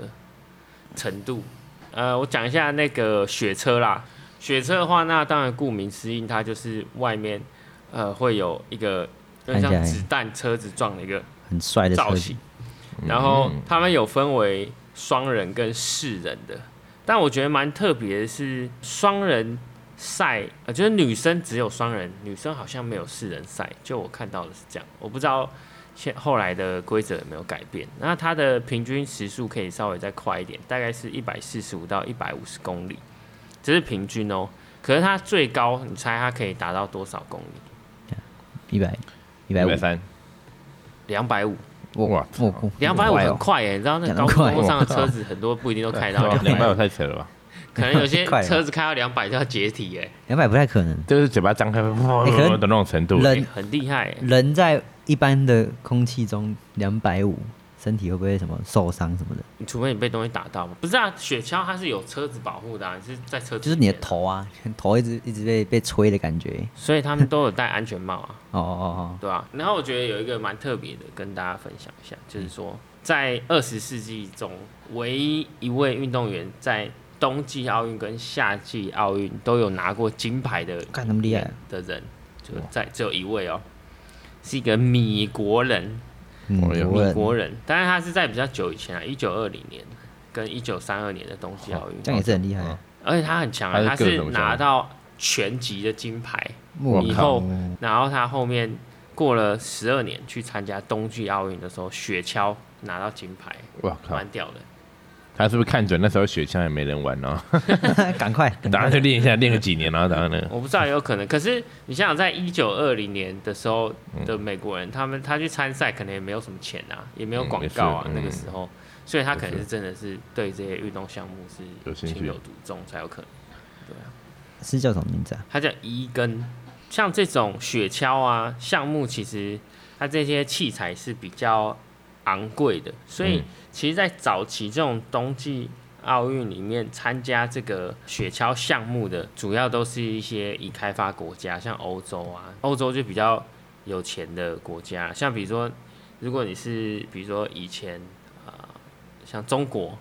[SPEAKER 4] 程度。呃，我讲一下那个雪车啦，雪车的话，那当然顾名思义，它就是外面呃会有一个有
[SPEAKER 1] 看
[SPEAKER 4] 点
[SPEAKER 1] 起
[SPEAKER 4] 像
[SPEAKER 1] 来
[SPEAKER 4] 子弹车子撞的一个
[SPEAKER 1] 很帅的
[SPEAKER 4] 造
[SPEAKER 1] 车
[SPEAKER 4] 型
[SPEAKER 1] 型，，
[SPEAKER 4] 然后他们有分为双人跟四人的，但我觉得蛮特别的是双人赛，呃，就是女生只有双人，女生好像没有四人赛，就我看到的是这样，我不知道现后来的规则有没有改变。那它的平均时速可以稍微再快一点，大概是一百四十五到一百五十公里，这是平均哦。可是它最高，你猜它可以达到多少公里？
[SPEAKER 1] 一百一
[SPEAKER 2] 一
[SPEAKER 1] 百五
[SPEAKER 2] 百，三，
[SPEAKER 4] 两百五，
[SPEAKER 2] 哇
[SPEAKER 1] 我我
[SPEAKER 4] 两百五
[SPEAKER 1] 我
[SPEAKER 4] 很快欸耶、你知道那
[SPEAKER 1] 讲得
[SPEAKER 4] 高速
[SPEAKER 1] 快
[SPEAKER 4] 公路上的
[SPEAKER 2] 哦
[SPEAKER 4] 车子很多不一定都开到两
[SPEAKER 2] 两
[SPEAKER 4] 百
[SPEAKER 2] 百我太扯了吧？
[SPEAKER 4] 可能有些
[SPEAKER 1] 啊 [LAUGHS] 快了
[SPEAKER 4] 车子开到两百就要欸解体耶、
[SPEAKER 1] 两百不太可能。
[SPEAKER 2] 就是嘴巴张开
[SPEAKER 1] 哎
[SPEAKER 2] 的那种程度，啊
[SPEAKER 4] 欸
[SPEAKER 1] 人
[SPEAKER 4] 很厉害、欸。
[SPEAKER 1] 人在一般的空气中两百五，身体会不会什么受伤什么的？
[SPEAKER 4] 你除非你被东西打到嘛，不是啊？雪橇它是有车子保护的、啊，你是在车子，
[SPEAKER 1] 就是你的，头啊，头一直一直被被吹的感觉。
[SPEAKER 4] 所以他们都有戴安全帽啊，
[SPEAKER 1] 哦哦哦
[SPEAKER 4] 对吧、然后我觉得有一个蛮特别的，跟大家分享一下，就是说在二十世纪中，唯一一位运动员在冬季奥运跟夏季奥运都有拿过金牌的
[SPEAKER 1] 哦，干那么厉害，
[SPEAKER 4] 的人，就在只有一位哦，是一个米国人，
[SPEAKER 1] 嗯，
[SPEAKER 2] 我也
[SPEAKER 1] 我
[SPEAKER 4] 美
[SPEAKER 1] 问
[SPEAKER 4] 国人，但是他是在比较久以前啊，一九二零年跟一九三二年的东西奥运，哦
[SPEAKER 1] 这样也是很厉害。
[SPEAKER 2] 嗯
[SPEAKER 4] 而且他很强啊，他
[SPEAKER 2] 他是各
[SPEAKER 4] 是
[SPEAKER 2] 种项目
[SPEAKER 4] 拿到全级的金牌，
[SPEAKER 1] 我
[SPEAKER 4] 以
[SPEAKER 1] 靠
[SPEAKER 4] 后，然后他后面过了十二年去参加冬季奥运的时候，雪橇拿到金牌，
[SPEAKER 2] 哇靠
[SPEAKER 4] 蛮！屌的。
[SPEAKER 2] 他是不是看准那时候雪橇也没人玩 [LAUGHS] 哦？
[SPEAKER 1] [LAUGHS] 赶
[SPEAKER 2] [LAUGHS]
[SPEAKER 1] 快，赶
[SPEAKER 2] 打
[SPEAKER 1] 快
[SPEAKER 2] 算就练一下，练个几年，然后打算呢？
[SPEAKER 4] [LAUGHS] 我不知道也有可能，可是你想想，在一九二零年的时候的
[SPEAKER 2] 嗯
[SPEAKER 4] 美国人，他们他去参赛可能也没有什么钱啊，也没有
[SPEAKER 2] 嗯
[SPEAKER 4] 广
[SPEAKER 2] 也是
[SPEAKER 4] 告啊，那个
[SPEAKER 2] 嗯
[SPEAKER 4] 时候，所以他可能
[SPEAKER 2] 也
[SPEAKER 4] 是
[SPEAKER 2] 是
[SPEAKER 4] 真的是对这些运动项目
[SPEAKER 2] 有
[SPEAKER 4] 是
[SPEAKER 2] 兴
[SPEAKER 4] 情
[SPEAKER 2] 趣
[SPEAKER 4] 有独钟才有可能。
[SPEAKER 1] 是叫什么名字啊？
[SPEAKER 4] 它叫移根。像这种雪橇啊项目，其实它这些器材是比较昂贵的，所以
[SPEAKER 2] 嗯
[SPEAKER 4] 其实，在早期这种冬季奥运里面参加这个雪橇项目的，主要都是一些已开发国家，像欧洲啊，欧洲就比较有钱的国家，像比如说，如果你是比如说以前啊、呃像中国，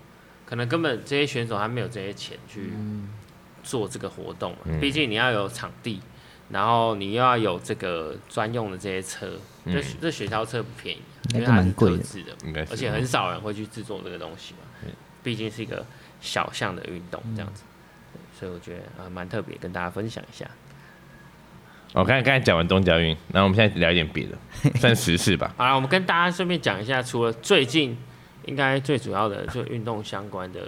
[SPEAKER 4] 可能根本这些选手他没有这些钱去做这个活动嘛，毕竟你要有场地，然后你又要有这个专用的这些车，这这雪橇车不便宜，啊
[SPEAKER 1] 应
[SPEAKER 4] 因为
[SPEAKER 1] 该都嗯
[SPEAKER 4] 它
[SPEAKER 1] 蛮
[SPEAKER 4] 是
[SPEAKER 1] 贵
[SPEAKER 4] 特
[SPEAKER 1] 的嗯
[SPEAKER 4] 制的，
[SPEAKER 2] 应该是
[SPEAKER 4] 而且很少人会去制作这个东西嘛，毕竟是一个小项的运动这样子，对所以我觉得啊蛮特别，跟大家分享一下。
[SPEAKER 2] 我哦刚才刚才讲完东郊运，然后我们现在聊一点别
[SPEAKER 4] [LAUGHS]
[SPEAKER 2] 的，算时事吧。
[SPEAKER 4] 好啦，我们跟大家顺便讲一下，除了最近应该最主要的就运动相关的，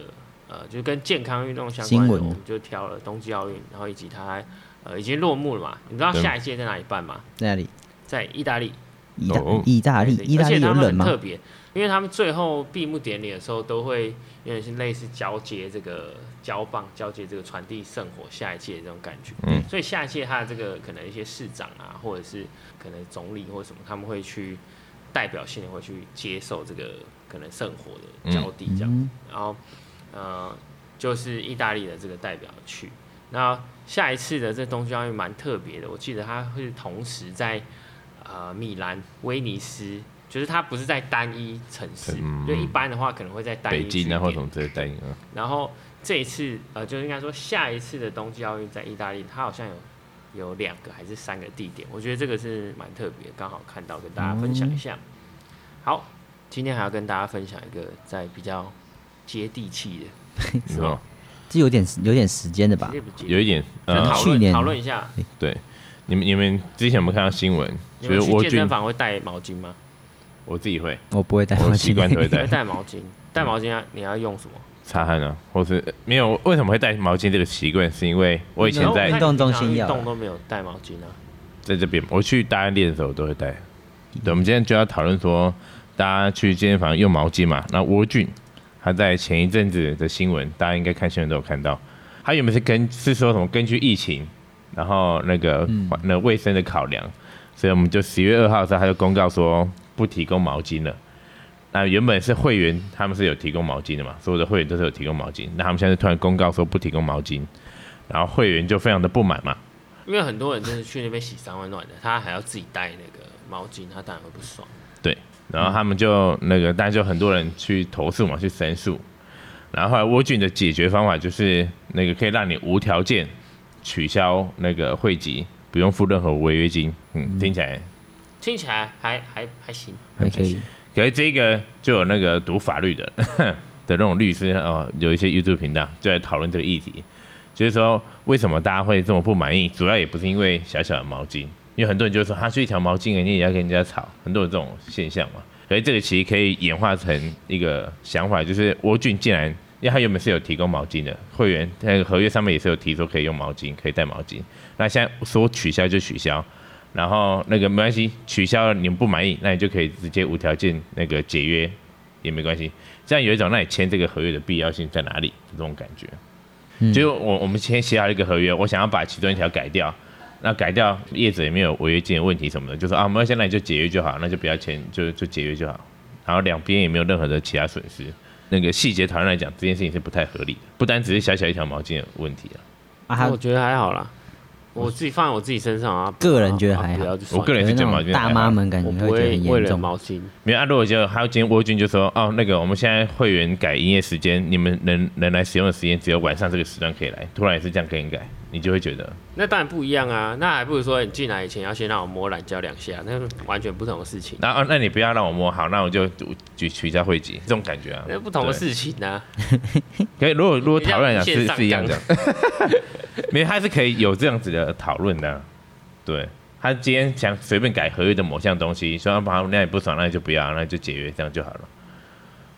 [SPEAKER 4] 呃，就跟健康运动相关
[SPEAKER 1] 新
[SPEAKER 4] 的，
[SPEAKER 1] 闻
[SPEAKER 4] 我们就挑了冬季奥运，然后以及它呃已经落幕了嘛。你知道
[SPEAKER 2] 对
[SPEAKER 4] 下一届在哪里办吗？
[SPEAKER 1] 在哪里？
[SPEAKER 4] 在意大利。
[SPEAKER 1] 意大
[SPEAKER 2] 哦
[SPEAKER 1] 意大利，
[SPEAKER 4] 对
[SPEAKER 1] 意大
[SPEAKER 4] 而且
[SPEAKER 1] 利有
[SPEAKER 4] 他们
[SPEAKER 1] 冷
[SPEAKER 4] 很
[SPEAKER 1] 吗？
[SPEAKER 4] 特别，因为他们最后闭幕典礼的时候都会有点是类似交接这个交棒、交接这个传递圣火下一届这种感觉。
[SPEAKER 2] 嗯，
[SPEAKER 4] 所以下一届他的这个可能一些市长啊，或者是可能总理或什么，他们会去代表性的会去接受这个可能圣火的交递这样。
[SPEAKER 1] 嗯，
[SPEAKER 4] 然后呃，就是意大利的这个代表去。那下一次的这东京奥运蛮特别的，我记得它会同时在呃米兰、威尼斯，就是它不是在单一城市，
[SPEAKER 2] 嗯
[SPEAKER 4] 就一般的话可能会在单一
[SPEAKER 2] 北京啊，
[SPEAKER 4] 然
[SPEAKER 2] 或
[SPEAKER 4] 后
[SPEAKER 2] 什么之类的单一啊，
[SPEAKER 4] 然后这一次呃，就应该说下一次的冬季奥运在意大利，它好像有。有两个还是三个地点，我觉得这个是蛮特别，刚好看到跟大家分享一下。
[SPEAKER 2] 嗯
[SPEAKER 4] 好，今天还要跟大家分享一个在比较接地气的，
[SPEAKER 2] 你知道吗
[SPEAKER 1] 这有点有点时间的吧
[SPEAKER 4] 直？接不接
[SPEAKER 2] 有一点
[SPEAKER 4] 就
[SPEAKER 2] 呃，
[SPEAKER 4] 讨
[SPEAKER 1] 去
[SPEAKER 4] 论
[SPEAKER 1] 年
[SPEAKER 4] 讨论一下，
[SPEAKER 2] 对，你们你们之前有没有看到新闻？
[SPEAKER 4] 你
[SPEAKER 2] 就
[SPEAKER 4] 们
[SPEAKER 2] 是
[SPEAKER 4] 去
[SPEAKER 2] 我
[SPEAKER 4] 健身
[SPEAKER 2] 军，
[SPEAKER 4] 房会带毛巾吗？
[SPEAKER 2] 我自
[SPEAKER 4] [LAUGHS]
[SPEAKER 2] 己会，
[SPEAKER 1] 我不会带
[SPEAKER 2] 我
[SPEAKER 1] 回
[SPEAKER 2] 习
[SPEAKER 1] 去。
[SPEAKER 2] 惯都会
[SPEAKER 1] [LAUGHS]
[SPEAKER 4] 你会
[SPEAKER 2] 带
[SPEAKER 4] 带毛巾，带毛巾啊，你要用什么？
[SPEAKER 2] 擦汗啊，或是没有为什么会带毛巾这个习惯，是因为我以前
[SPEAKER 4] 然后我
[SPEAKER 2] 在
[SPEAKER 1] 运
[SPEAKER 4] 看
[SPEAKER 1] 动
[SPEAKER 4] 你平常
[SPEAKER 1] 中心要啊
[SPEAKER 4] 运动都没有带毛巾啊，
[SPEAKER 2] 在这边，我去大安练的时候我都会带。对，我们今天就要讨论说，大家去健身房用毛巾嘛。那沃俊他在前一阵子的新闻，大家应该看新闻都有看到，他原本是根是说什么根据疫情，然后那个、那卫生的考量，所以我们就十月二号的时候他就公告说不提供毛巾了。那原本是会员，他们是有提供毛巾的嘛，所有的会员都是有提供毛巾。那他们现在突然公告说不提供毛巾，然后会员就非常的不满嘛，
[SPEAKER 4] 因为很多人就是去那边洗三温暖的，他还要自己带那个毛巾，他当然会不爽。
[SPEAKER 2] 对，然后他们就那个，但就很多人去投诉嘛，去申诉。然后后来沃俊的解决方法就是那个可以让你无条件取消那个会籍，不用付任何违约金。嗯，听起来，
[SPEAKER 4] 听起来还还还行，
[SPEAKER 1] 还可以，
[SPEAKER 2] 可是这个就有那个读法律的 [LAUGHS] 的那种律师哦，有一些 YouTube 频道就在讨论这个议题，就是说为什么大家会这么不满意，主要也不是因为小小的毛巾，因为很多人就说他是一条毛巾，你也要跟人家吵，很多有这种现象嘛。可是这个其实可以演化成一个想法，就是沃俊竟然，因为他原本是有提供毛巾的，会员那个合约上面也是有提说可以用毛巾，可以带毛巾，那现在说取消就取消，然后那个没关系，取消了你们不满意，那你就可以直接无条件那个解约，也没关系。这样有一种那你签这个合约的必要性在哪里这种感觉。就是我我们先写好一个合约，我想要把其中一条改掉，那改掉业者也没有违约金的问题什么的，就说啊没关系，那你就解约就好，那就不要签，就就解约就好。然后两边也没有任何的其他损失。那个细节讨论来讲，这件事情是不太合理的，不单只是小小一条毛巾的问题啊。
[SPEAKER 1] 啊，他
[SPEAKER 4] 我觉得还好啦。我自己放在我自己身上啊，
[SPEAKER 1] 个人觉得
[SPEAKER 4] 啊
[SPEAKER 1] 还好
[SPEAKER 4] 不要就算了
[SPEAKER 2] 我个人
[SPEAKER 1] 可
[SPEAKER 2] 是
[SPEAKER 1] 能那种
[SPEAKER 2] 觉得毛巾
[SPEAKER 1] 大妈们感觉
[SPEAKER 4] 我不
[SPEAKER 1] 会觉得
[SPEAKER 4] 会
[SPEAKER 1] 很
[SPEAKER 4] 为
[SPEAKER 1] 严
[SPEAKER 4] 了
[SPEAKER 1] 重。
[SPEAKER 4] 毛巾，
[SPEAKER 2] 没有啊，如果就还有今天沃君就说哦，那个我们现在会员改营业时间，你们能能来使用的时间只有晚上这个时段可以来，突然也是这样跟你改，你就会觉得
[SPEAKER 4] 那当然不一样啊。那还不如说你进来以前要先让我摸懒觉两下，那完全不同的事情，
[SPEAKER 2] 那、啊、那你不要让我摸好，那我就取取消会籍这种感觉啊，
[SPEAKER 4] 那不同的
[SPEAKER 2] 对
[SPEAKER 4] 事情啊。
[SPEAKER 2] 可以，如果如果讨论来讲
[SPEAKER 4] 你
[SPEAKER 2] 是
[SPEAKER 4] 这样
[SPEAKER 2] 是一样讲， [LAUGHS] 没有，他是可以有这样子的讨论的啊、对，他今天想随便改合约的某项东西，说啊，把那也不爽，那你就不要，那就解约，这样就好了。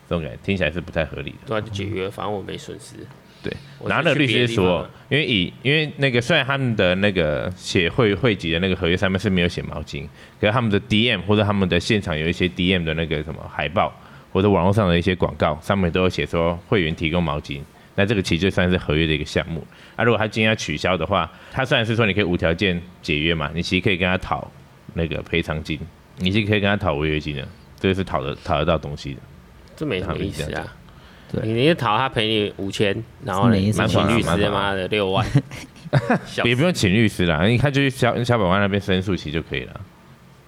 [SPEAKER 2] 这种感觉听起来是不太合理的。
[SPEAKER 4] 对啊，就解约，反正我没损失。
[SPEAKER 2] 对，
[SPEAKER 4] 我
[SPEAKER 2] 然后那个
[SPEAKER 4] 去
[SPEAKER 2] 律
[SPEAKER 4] 别的
[SPEAKER 2] 师
[SPEAKER 4] 地方
[SPEAKER 2] 说
[SPEAKER 4] 了，
[SPEAKER 2] 因为以因为那个虽然他们的那个写会会籍的那个合约上面是没有写毛巾，可是他们的 DM 或者他们的现场有一些 DM 的那个什么海报或者网络上的一些广告上面都有写说会员提供毛巾，那这个其实就算是合约的一个项目。那、如果他今天要取消的话，他虽然是说你可以无条件解约嘛，你其实可以跟他讨那个赔偿金，你是可以跟他讨违约金的，这个是讨得讨得到东西的。
[SPEAKER 4] 这没什么意思
[SPEAKER 2] 他们
[SPEAKER 4] 啊。
[SPEAKER 1] 对
[SPEAKER 4] 你你讨他赔你五千，然后
[SPEAKER 1] 是没
[SPEAKER 4] 你
[SPEAKER 1] 意思
[SPEAKER 4] 请
[SPEAKER 2] 蛮
[SPEAKER 4] 律
[SPEAKER 2] 爽
[SPEAKER 4] 师
[SPEAKER 2] 的
[SPEAKER 4] 妈的
[SPEAKER 1] [LAUGHS]
[SPEAKER 4] 六万，笑
[SPEAKER 2] 也
[SPEAKER 4] 死
[SPEAKER 2] 不用请律师啦，你看就去小小百万那边申诉其实就可以了。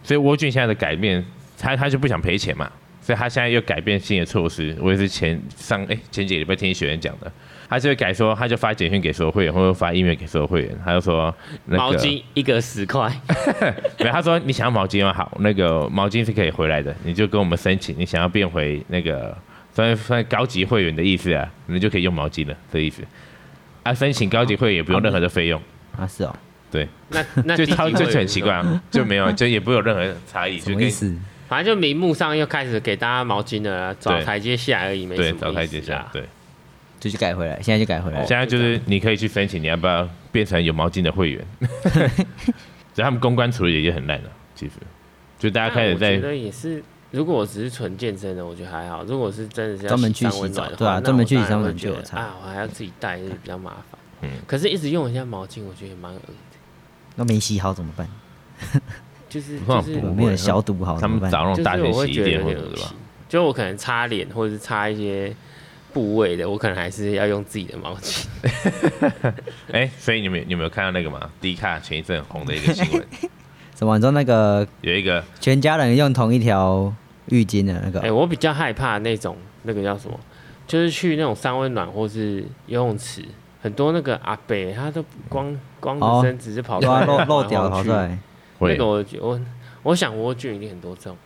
[SPEAKER 2] 所以沃俊现在的改变，他他就不想赔钱嘛，所以他现在又改变新的措施。我也是前上哎、前几个礼拜听学员讲的，他就会改说，他就发简讯给所有会员，或者发 email 给所有会员，他就说、那个、
[SPEAKER 4] 毛巾一个十块，
[SPEAKER 2] 没有，他说你想要毛巾吗？好，那个毛巾是可以回来的，你就跟我们申请，你想要变回那个算算高级会员的意思啊，你就可以用毛巾了的意思。啊，申请高级会员也不用任何的费用，
[SPEAKER 1] 啊，是哦，
[SPEAKER 2] 对，
[SPEAKER 4] 那
[SPEAKER 1] [LAUGHS]
[SPEAKER 4] [LAUGHS] 那
[SPEAKER 2] 就
[SPEAKER 4] 低级
[SPEAKER 2] 超
[SPEAKER 4] 会
[SPEAKER 2] 就
[SPEAKER 4] 员
[SPEAKER 2] 很奇怪，啊，就没有，就也不会有任何差异，
[SPEAKER 1] 什
[SPEAKER 2] 就
[SPEAKER 1] 么
[SPEAKER 2] 跟
[SPEAKER 1] 意思？
[SPEAKER 4] 反正就名目上又开始给大家毛巾了啦，找
[SPEAKER 2] 对
[SPEAKER 4] 台阶下而已，没什
[SPEAKER 2] 对
[SPEAKER 4] 么意思啊哦
[SPEAKER 2] 找台阶下
[SPEAKER 4] 啦，
[SPEAKER 2] 对。
[SPEAKER 1] 就去改回来，现在就改回来了。
[SPEAKER 4] 哦
[SPEAKER 2] 现在就是你可以去申请，你要不要变成有毛巾的会
[SPEAKER 4] [LAUGHS]
[SPEAKER 2] 员？所以他们公关处理得也很烂了、其实就大家开始
[SPEAKER 4] 但我
[SPEAKER 2] 在
[SPEAKER 4] 觉得也是，如果我只是纯健身的，我觉得还好；如果我是真的是要
[SPEAKER 1] 专门去
[SPEAKER 4] 伤温
[SPEAKER 1] 洗澡
[SPEAKER 4] 暖的话
[SPEAKER 1] 对啊
[SPEAKER 4] 那我
[SPEAKER 1] 专门去洗
[SPEAKER 4] 当然
[SPEAKER 1] 伤
[SPEAKER 4] 会
[SPEAKER 1] 温
[SPEAKER 4] 觉
[SPEAKER 1] 就有
[SPEAKER 4] 得
[SPEAKER 1] 差
[SPEAKER 4] 啊，我还要自己带，就是比较麻烦。
[SPEAKER 2] 嗯
[SPEAKER 4] 可是一直用人家毛巾，我觉得也蛮恶的，
[SPEAKER 1] 那没洗好怎么办？
[SPEAKER 4] 就是
[SPEAKER 2] 通
[SPEAKER 4] 就
[SPEAKER 2] 常
[SPEAKER 4] 是
[SPEAKER 2] 不
[SPEAKER 1] 我没
[SPEAKER 2] 会
[SPEAKER 1] 有消毒好
[SPEAKER 2] 他
[SPEAKER 1] 怎么
[SPEAKER 2] 们
[SPEAKER 1] 办？
[SPEAKER 2] 找那
[SPEAKER 4] 就
[SPEAKER 2] 种大
[SPEAKER 4] 是
[SPEAKER 2] 型
[SPEAKER 4] 我
[SPEAKER 2] 洗衣
[SPEAKER 4] 会觉得
[SPEAKER 2] 店
[SPEAKER 4] 有
[SPEAKER 2] 或
[SPEAKER 4] 点
[SPEAKER 2] 者
[SPEAKER 4] 恶
[SPEAKER 2] 什么
[SPEAKER 4] 心，。就我可能擦脸或者是擦一些部位的，我可能还是要用自己的毛巾。
[SPEAKER 2] 哎、所以你们有你们有看到那个吗？迪卡前一阵很红的一个新
[SPEAKER 4] [LAUGHS]
[SPEAKER 2] 闻，
[SPEAKER 1] 怎么？你说那个
[SPEAKER 2] 有一个
[SPEAKER 1] 全家人用同一条浴巾的那个
[SPEAKER 4] 哎、，我比较害怕那种那个叫什么，就是去那种三温暖或是游泳池，很多那个阿伯他都光光
[SPEAKER 1] 哦
[SPEAKER 4] 着身子就跑出
[SPEAKER 1] 有啊，
[SPEAKER 4] [LAUGHS] 来，
[SPEAKER 1] 漏
[SPEAKER 4] 然后
[SPEAKER 1] 漏掉
[SPEAKER 4] 去
[SPEAKER 1] 跑出来，
[SPEAKER 2] 会
[SPEAKER 4] 那个我觉我我想蜗居一定很多这种，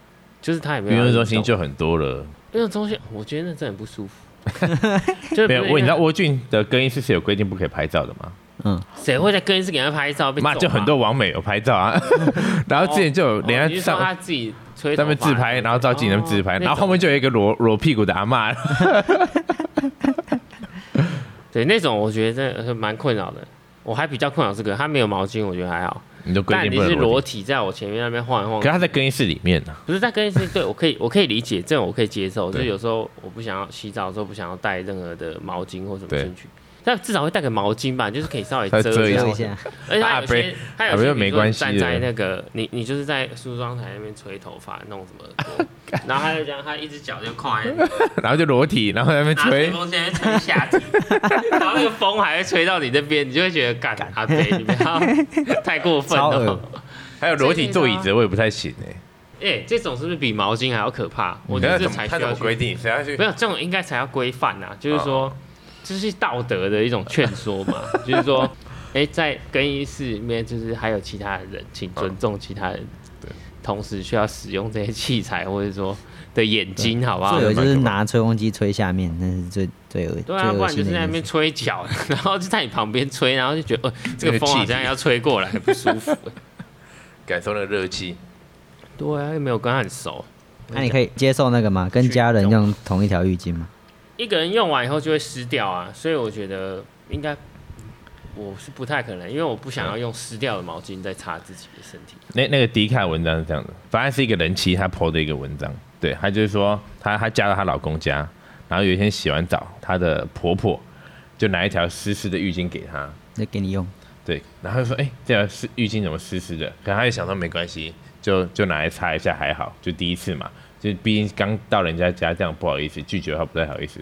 [SPEAKER 4] 就是他也没有
[SPEAKER 2] 运动中心
[SPEAKER 4] 运动
[SPEAKER 2] 就很多了，
[SPEAKER 4] 运动中心，我觉得那真的很
[SPEAKER 1] [LAUGHS]
[SPEAKER 4] 不舒服。就是
[SPEAKER 2] 没有
[SPEAKER 4] 不是
[SPEAKER 2] 我你知道
[SPEAKER 4] 因为
[SPEAKER 2] 沃俊的更衣室是有规定不可以拍照的吗？
[SPEAKER 1] 嗯，
[SPEAKER 4] 谁会在更衣室给他拍照被
[SPEAKER 2] 妈
[SPEAKER 4] 揍
[SPEAKER 2] 就
[SPEAKER 4] 啊
[SPEAKER 2] 很多网美有拍照
[SPEAKER 4] [LAUGHS]
[SPEAKER 2] 啊，然后之前就有
[SPEAKER 4] 哦
[SPEAKER 2] 人
[SPEAKER 4] 你
[SPEAKER 2] 家
[SPEAKER 4] 是说
[SPEAKER 2] 上
[SPEAKER 4] 他自己吹
[SPEAKER 2] 在那边自拍，然后照镜子在那
[SPEAKER 4] 哦
[SPEAKER 2] 边自拍，然后后面
[SPEAKER 4] 就
[SPEAKER 2] 就有一个裸裸屁股的阿嬷。 [LAUGHS]
[SPEAKER 4] 对那种我觉得真的蛮困扰的。我还比较困扰这个，他没有毛巾，我觉得还好。
[SPEAKER 2] 你都规
[SPEAKER 4] 但
[SPEAKER 2] 定
[SPEAKER 4] 你
[SPEAKER 2] 不
[SPEAKER 4] 是
[SPEAKER 2] 能
[SPEAKER 4] 裸
[SPEAKER 2] 裸体，
[SPEAKER 4] 体在我前面那边晃一晃
[SPEAKER 2] 可，是他在更衣室里面呢、啊
[SPEAKER 4] 不是在更衣室，对我可以，我可以理解，这种我可以接受。
[SPEAKER 2] 对
[SPEAKER 4] 就是有时候我不想要洗澡的时候，不想要带任何的毛巾或什么
[SPEAKER 2] 对
[SPEAKER 4] 进去，但至少会带个毛巾吧，就是可以稍微
[SPEAKER 2] 它
[SPEAKER 4] 遮
[SPEAKER 2] 遮
[SPEAKER 4] 一
[SPEAKER 2] 对
[SPEAKER 4] 下
[SPEAKER 1] 遮
[SPEAKER 2] 啊
[SPEAKER 1] 一。下，
[SPEAKER 4] 而且还
[SPEAKER 2] 啊
[SPEAKER 4] 有一
[SPEAKER 2] 不是
[SPEAKER 4] 些，还有
[SPEAKER 2] 啊
[SPEAKER 4] 一
[SPEAKER 2] 不是
[SPEAKER 4] 些比如
[SPEAKER 2] 没
[SPEAKER 4] 说
[SPEAKER 2] 关
[SPEAKER 4] 你
[SPEAKER 2] 系
[SPEAKER 4] 站
[SPEAKER 2] 的
[SPEAKER 4] 在那个你你就是在梳妆台那边吹头发弄什么耳朵，
[SPEAKER 2] [LAUGHS]
[SPEAKER 4] 然后他就这样，他一只脚就跨在那边
[SPEAKER 2] 然后就裸体，然后在那边
[SPEAKER 4] 拿吹
[SPEAKER 2] 吹，
[SPEAKER 4] 风机在吹下体，然后那个风还会吹到你那边，你就会觉得干阿北，你不
[SPEAKER 2] [LAUGHS]
[SPEAKER 4] 要太过分
[SPEAKER 1] 超
[SPEAKER 4] 哦了
[SPEAKER 1] 恶。
[SPEAKER 2] 还有裸体坐椅子，我也不太行哎、
[SPEAKER 4] 哎、这种是不是比毛巾还要可怕？我觉
[SPEAKER 2] 看他
[SPEAKER 4] 得这
[SPEAKER 2] 怎么
[SPEAKER 4] 才
[SPEAKER 2] 他
[SPEAKER 4] 需
[SPEAKER 2] 怎
[SPEAKER 4] 要
[SPEAKER 2] 么规
[SPEAKER 4] 去，
[SPEAKER 2] 定？哦谁要去
[SPEAKER 4] 没？有这种应该才要规范呐，就是说，这是道德的一种劝说
[SPEAKER 2] [LAUGHS]
[SPEAKER 4] 嘛，就是说，哎、在更衣室里面，就是还有其他的人，请尊重其他人，
[SPEAKER 2] 对
[SPEAKER 4] 同时需要使用这些器材或者说的眼睛，好不好
[SPEAKER 1] 最？恶
[SPEAKER 2] 有
[SPEAKER 1] 就是拿吹风机吹下面，那是最最恶最
[SPEAKER 4] 对啊，不
[SPEAKER 1] 恶
[SPEAKER 4] 然就
[SPEAKER 1] 心
[SPEAKER 4] 是在
[SPEAKER 1] 的一
[SPEAKER 4] 那边
[SPEAKER 1] 件事。
[SPEAKER 4] 吹脚，然后就在你旁边吹，然后就觉得，哦、这个风好像要吹过来，很不舒服。
[SPEAKER 2] 感受那个热气，
[SPEAKER 4] 对啊，又没有跟他很熟，
[SPEAKER 1] 那你可以接受那个吗？跟家人用同一条浴巾吗？
[SPEAKER 4] 一个人用完以后就会湿掉啊，所以我觉得应该我是不太可能，因为我不想要用湿掉的毛巾再擦自己的身体。
[SPEAKER 2] 那那个迪卡文章是这样的，反正是一个人妻她 PO 的一个文章，对，她就是说她她嫁到她老公家，然后有一天洗完澡，她的婆婆就拿一条湿湿的浴巾给她，
[SPEAKER 1] 那给你
[SPEAKER 4] [LAUGHS]
[SPEAKER 1] 用，
[SPEAKER 2] 对，然后就说哎、这条湿浴巾怎么湿湿的？可她也想说没关系，就就拿来擦一下还好，就第一次嘛，就毕竟刚到人家家这样不好意思拒绝她不太好意思，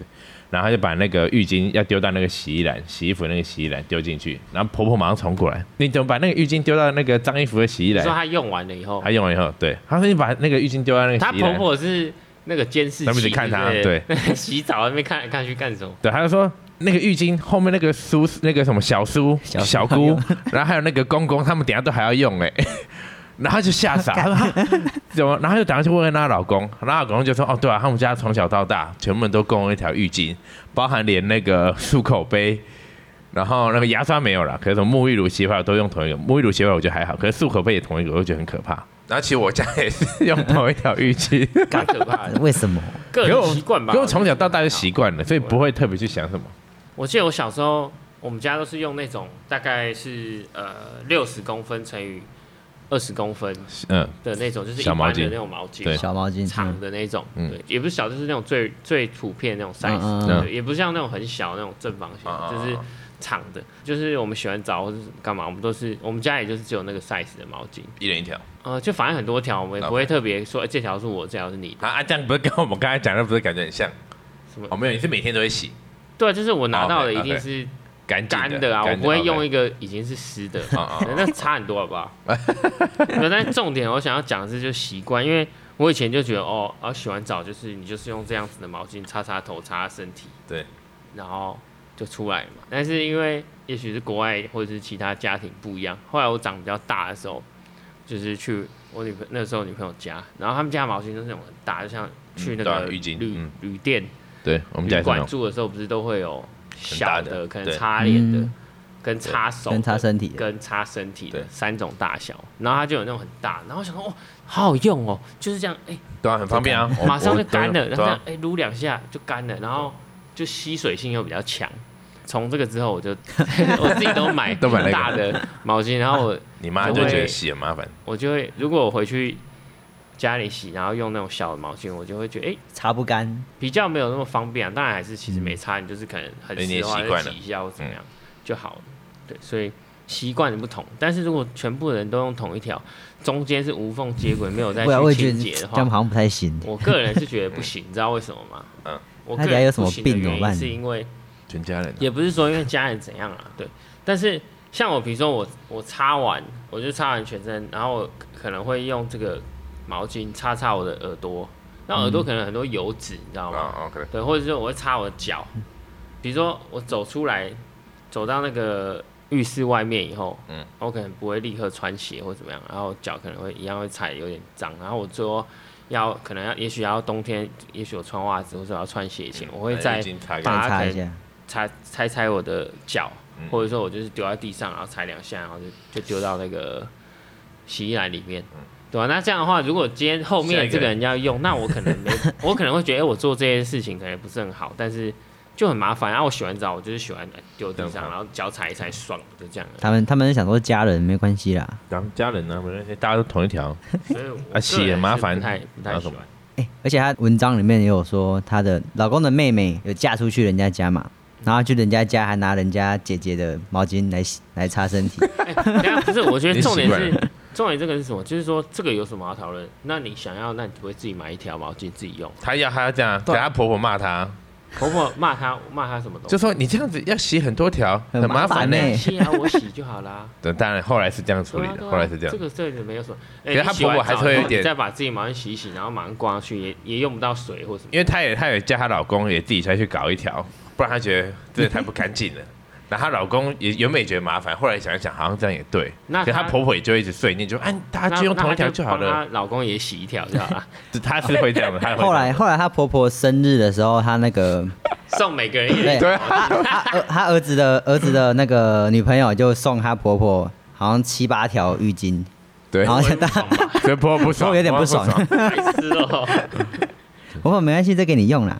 [SPEAKER 2] 然后她就把那个浴巾要丢到那个洗衣篮，洗衣服那个洗衣篮丢进去，然后婆婆马上冲过来，你怎么把那个浴巾丢到那个脏衣服的洗衣
[SPEAKER 4] 你
[SPEAKER 2] 篮
[SPEAKER 4] 说？他用完了以后
[SPEAKER 2] 她，用完以后，对，她说你把那个浴巾丢到那个
[SPEAKER 4] 他
[SPEAKER 2] 洗衣篮
[SPEAKER 4] 婆婆是那个监视器，
[SPEAKER 2] 他们一直看他
[SPEAKER 4] 对不对， [LAUGHS] 洗澡在那边看来看去干
[SPEAKER 2] [LAUGHS]
[SPEAKER 4] 什么？
[SPEAKER 2] 对，她就说那个浴巾后面那个叔那个什么小叔
[SPEAKER 1] 小
[SPEAKER 2] 小
[SPEAKER 1] 叔
[SPEAKER 2] 姑，然后还有那个公公，他们等一下都还要用哎、 [LAUGHS] 然后她就吓 [LAUGHS] 傻，她说哈怎么？然后她就打算去问问她老公，然后她老公就说哦，对啊，他们家从小到大全部人都共用一条浴巾，包含连那个漱口杯。然后那个牙刷没有了，可是什么沐浴乳、洗发都用同一个，沐浴乳、洗发我觉得还好，可是漱口杯也同一个，我就觉得很可怕。然后其实我家也是用同一条浴
[SPEAKER 4] [LAUGHS]
[SPEAKER 2] 巾，
[SPEAKER 4] 太可怕了，
[SPEAKER 1] 为什么？
[SPEAKER 4] 个
[SPEAKER 2] 可
[SPEAKER 4] 人
[SPEAKER 2] 我
[SPEAKER 4] 习惯吧。
[SPEAKER 2] 可我
[SPEAKER 4] 我觉
[SPEAKER 2] 从
[SPEAKER 4] 得
[SPEAKER 2] 小到大就习惯了，所以不会特别去想什么。
[SPEAKER 4] 我记得我小时候，我们家都是用那种大概是呃六十公分乘以二十公分
[SPEAKER 2] 嗯，
[SPEAKER 4] 的那种，就是一
[SPEAKER 2] 小毛
[SPEAKER 4] 般
[SPEAKER 2] 巾
[SPEAKER 4] 的那种毛巾，
[SPEAKER 2] 对
[SPEAKER 1] 小毛巾，
[SPEAKER 4] 长的那种，
[SPEAKER 2] 嗯
[SPEAKER 4] 对，也不是小，就是那种最最普遍的那种 size，、
[SPEAKER 1] 嗯嗯啊
[SPEAKER 2] 嗯
[SPEAKER 4] 对也不像那种很小那种正方形，
[SPEAKER 2] 嗯嗯嗯
[SPEAKER 4] 就是长的，就是我们洗完澡或者干嘛，我们都是我们家里就是只有那个 size 的毛巾，
[SPEAKER 2] 一人一条。
[SPEAKER 4] 呃，就反正很多条，我们也不会特别说、哎这条是我，这条是你的，
[SPEAKER 2] 啊啊，这样不是跟我们刚才讲的不是感觉很像？
[SPEAKER 4] 什么
[SPEAKER 2] 哦，没有，你是每天都会洗，
[SPEAKER 4] 对，啊就是我
[SPEAKER 1] 啊
[SPEAKER 4] 拿到的一
[SPEAKER 2] OK，OK
[SPEAKER 4] 定是
[SPEAKER 2] 干净
[SPEAKER 4] 干的啊，我不会用
[SPEAKER 2] 一
[SPEAKER 4] 一个已经是湿的，
[SPEAKER 2] 啊啊
[SPEAKER 4] 那差很多好不好？没有但是重点我想要讲的是就习惯，因为我以前就觉得哦，啊，洗完澡就是你就是用这样子的毛巾擦擦头、擦擦身体，
[SPEAKER 2] 对，
[SPEAKER 4] 然后就出来了嘛。但是因为也许是国外或者是其他家庭不一样，后来我长比较大的时候，就是去我女朋那时候女朋友家，然后他们家的毛巾都是那种很大，就像去那
[SPEAKER 2] 嗯
[SPEAKER 4] 个
[SPEAKER 2] 对啊
[SPEAKER 4] 旅
[SPEAKER 2] 浴巾
[SPEAKER 4] 旅
[SPEAKER 2] 嗯
[SPEAKER 4] 旅店
[SPEAKER 2] 对我们家
[SPEAKER 4] 旅
[SPEAKER 2] 也是那
[SPEAKER 4] 馆
[SPEAKER 2] 种，
[SPEAKER 4] 住的时候，不是都会有
[SPEAKER 2] 大
[SPEAKER 4] 小
[SPEAKER 2] 的
[SPEAKER 4] 可能
[SPEAKER 2] 对
[SPEAKER 4] 擦脸的
[SPEAKER 1] 嗯、
[SPEAKER 4] 跟擦手、
[SPEAKER 1] 跟擦身体的，
[SPEAKER 4] 跟擦身体的
[SPEAKER 2] 对
[SPEAKER 4] 三种大小，然后它就有那种很大，然后我想说哦，好好用哦，就是这样，哎、
[SPEAKER 2] 对啊，很方便啊，我
[SPEAKER 4] [LAUGHS] 马上
[SPEAKER 2] 我
[SPEAKER 4] 就干了，
[SPEAKER 2] 对
[SPEAKER 4] 然后这
[SPEAKER 2] 啊
[SPEAKER 4] 样，哎撸两下就干了，然后就吸水性又比较强。从这个之后，我就 [LAUGHS] 我自己都买
[SPEAKER 2] [LAUGHS] 都买那个
[SPEAKER 4] 大的毛巾，然后我
[SPEAKER 2] 你妈就觉得洗很麻烦，
[SPEAKER 4] 我就会，如果我回去家里洗，然后用那种小的毛巾，我就会觉得哎、
[SPEAKER 1] 擦不干，
[SPEAKER 4] 比较没有那么方便啊。当然还是其
[SPEAKER 1] 嗯
[SPEAKER 4] 实没差，你就是可能很
[SPEAKER 2] 哎你
[SPEAKER 4] 湿
[SPEAKER 2] 也
[SPEAKER 4] 的话
[SPEAKER 2] 习惯
[SPEAKER 4] 就
[SPEAKER 2] 了
[SPEAKER 4] 洗一下或怎么样就好了。对，所以习惯的不同，但是如果全部人都用同一条，中间是无缝接轨，没有再
[SPEAKER 1] 不然 [LAUGHS] 我
[SPEAKER 4] 去
[SPEAKER 1] 也觉
[SPEAKER 4] 清
[SPEAKER 1] 得
[SPEAKER 4] 洁
[SPEAKER 1] 这
[SPEAKER 4] 的
[SPEAKER 1] 样
[SPEAKER 4] 话，
[SPEAKER 1] 好像不太行。
[SPEAKER 4] 我个人是觉得不行，你知道为什么
[SPEAKER 1] [LAUGHS]
[SPEAKER 4] 吗？
[SPEAKER 2] 嗯，
[SPEAKER 4] 我
[SPEAKER 1] 那
[SPEAKER 4] 个
[SPEAKER 1] 等下
[SPEAKER 4] 人
[SPEAKER 1] 有什么
[SPEAKER 4] 不行的
[SPEAKER 1] 病怎么
[SPEAKER 4] 原因
[SPEAKER 1] 办
[SPEAKER 4] 是因为
[SPEAKER 2] 全家人啊
[SPEAKER 4] 也不是说因为家人怎样啊，对。但是像我，比如说我我擦完，我就擦完全身，然后我可能会用这个毛巾擦擦我的耳朵，那耳
[SPEAKER 1] 嗯
[SPEAKER 4] 朵可能很多油脂，你知道吗？
[SPEAKER 2] 啊，OK，
[SPEAKER 4] 对，或者是我会擦我的脚，比如说我走出来，走到那个浴室外面以后，
[SPEAKER 2] 嗯
[SPEAKER 4] 嗯，我可能不会立刻穿鞋或怎么样，然后脚可能会一样会踩得有点脏，然后我最后要可能要也许要冬天，也许我穿袜子或者我要穿鞋以
[SPEAKER 2] 嗯
[SPEAKER 4] 前，我会在
[SPEAKER 2] 哎擦
[SPEAKER 1] 再
[SPEAKER 4] 把它
[SPEAKER 1] 擦
[SPEAKER 4] 可
[SPEAKER 1] 一
[SPEAKER 4] 以
[SPEAKER 1] 下，
[SPEAKER 4] 踩踩踩我的脚，
[SPEAKER 2] 嗯
[SPEAKER 4] 或者说我就是丢在地上，然后踩两下，然后就就丢到那个洗衣篮里面。对啊，那这样的话，如果今天后
[SPEAKER 2] 嗯下一
[SPEAKER 4] 面
[SPEAKER 2] 个
[SPEAKER 4] 这个人要用，那我可能没，我可能会觉得，哎、我做这件事情可能不是很好，但是就很麻烦。然、后我洗完澡，我就是喜欢哎丢地
[SPEAKER 2] 这
[SPEAKER 4] 上，
[SPEAKER 2] 样嗯
[SPEAKER 4] 然后脚踩一踩，爽，就这样
[SPEAKER 1] [LAUGHS]
[SPEAKER 4] 了。
[SPEAKER 1] 他们他们想说家人没关系啦，
[SPEAKER 2] 然后家人呢，没关系，大家都同一条，
[SPEAKER 4] 所以我
[SPEAKER 2] 啊洗也
[SPEAKER 4] 个人是
[SPEAKER 2] 麻烦
[SPEAKER 4] 不太不
[SPEAKER 2] 然
[SPEAKER 4] 太
[SPEAKER 2] 后
[SPEAKER 4] 喜
[SPEAKER 2] 什
[SPEAKER 4] 欢
[SPEAKER 2] 么。
[SPEAKER 1] 而且她文章里面也有说，她的老公的妹妹有嫁出去人家家嘛，然后去人家家还拿人家姐姐的毛巾来洗来擦身体，
[SPEAKER 4] [LAUGHS] 等一下啊不是，我觉
[SPEAKER 2] 你
[SPEAKER 4] 得
[SPEAKER 2] 习
[SPEAKER 4] 重点
[SPEAKER 2] 惯
[SPEAKER 4] 是重点这个是什么？就是说这个有什么好讨论？那你想要，那你不会自己买一条毛巾自己用？
[SPEAKER 2] 她要她要这样，
[SPEAKER 1] 对
[SPEAKER 2] 等她婆婆骂她，
[SPEAKER 4] 婆婆骂他骂他什么
[SPEAKER 2] 啊
[SPEAKER 4] 东西？
[SPEAKER 2] 就说你这样子要洗很多条，
[SPEAKER 1] 很
[SPEAKER 2] 很麻
[SPEAKER 1] 麻
[SPEAKER 2] 烦
[SPEAKER 1] 烦
[SPEAKER 2] 呢。
[SPEAKER 1] 欸
[SPEAKER 4] 洗啊，我洗就好啦。
[SPEAKER 2] 对，当然 [LAUGHS] 后来是这样处理
[SPEAKER 4] 对啊
[SPEAKER 2] 的，
[SPEAKER 4] 对啊
[SPEAKER 2] 后来是这样
[SPEAKER 4] 这，个这个没有什么。
[SPEAKER 2] 可
[SPEAKER 4] 哎
[SPEAKER 2] 是她
[SPEAKER 4] 你洗完
[SPEAKER 2] 婆婆还
[SPEAKER 4] 澡
[SPEAKER 2] 是会有
[SPEAKER 4] 然
[SPEAKER 2] 一
[SPEAKER 4] 后
[SPEAKER 2] 点
[SPEAKER 4] 你再把自己马上洗一洗，然后马上挂上去，也也用不到水或什么。
[SPEAKER 2] 因为她也她也叫她老公也自己下去搞一条，不然她觉得真的太不干净了。 [LAUGHS] 然后她老公也原本也觉得麻烦，后来想一想，好像这样也对。
[SPEAKER 4] 那
[SPEAKER 2] 可她
[SPEAKER 4] 她
[SPEAKER 2] 婆婆也就一直碎念，就哎，大家就用同一条就好了。
[SPEAKER 4] 她老公也洗一条就好
[SPEAKER 2] [LAUGHS]
[SPEAKER 4] 了，
[SPEAKER 2] 她是会这样的，她会这样
[SPEAKER 1] 后来后来她婆婆生日的时候，她那个
[SPEAKER 4] 送每个人一
[SPEAKER 1] 对
[SPEAKER 4] 人。
[SPEAKER 2] 对啊
[SPEAKER 1] 她她儿她儿子的儿子的那个女朋友就送她婆婆好像七八条浴巾，
[SPEAKER 2] 对，
[SPEAKER 1] 然后现在
[SPEAKER 2] 所以婆婆不
[SPEAKER 1] [LAUGHS] 婆
[SPEAKER 2] 爽，
[SPEAKER 1] 婆有点
[SPEAKER 2] 婆
[SPEAKER 1] 不
[SPEAKER 2] 婆
[SPEAKER 1] 爽
[SPEAKER 2] 不，爽。
[SPEAKER 4] 白痴哦！
[SPEAKER 1] 婆婆没关系，再给你用啦，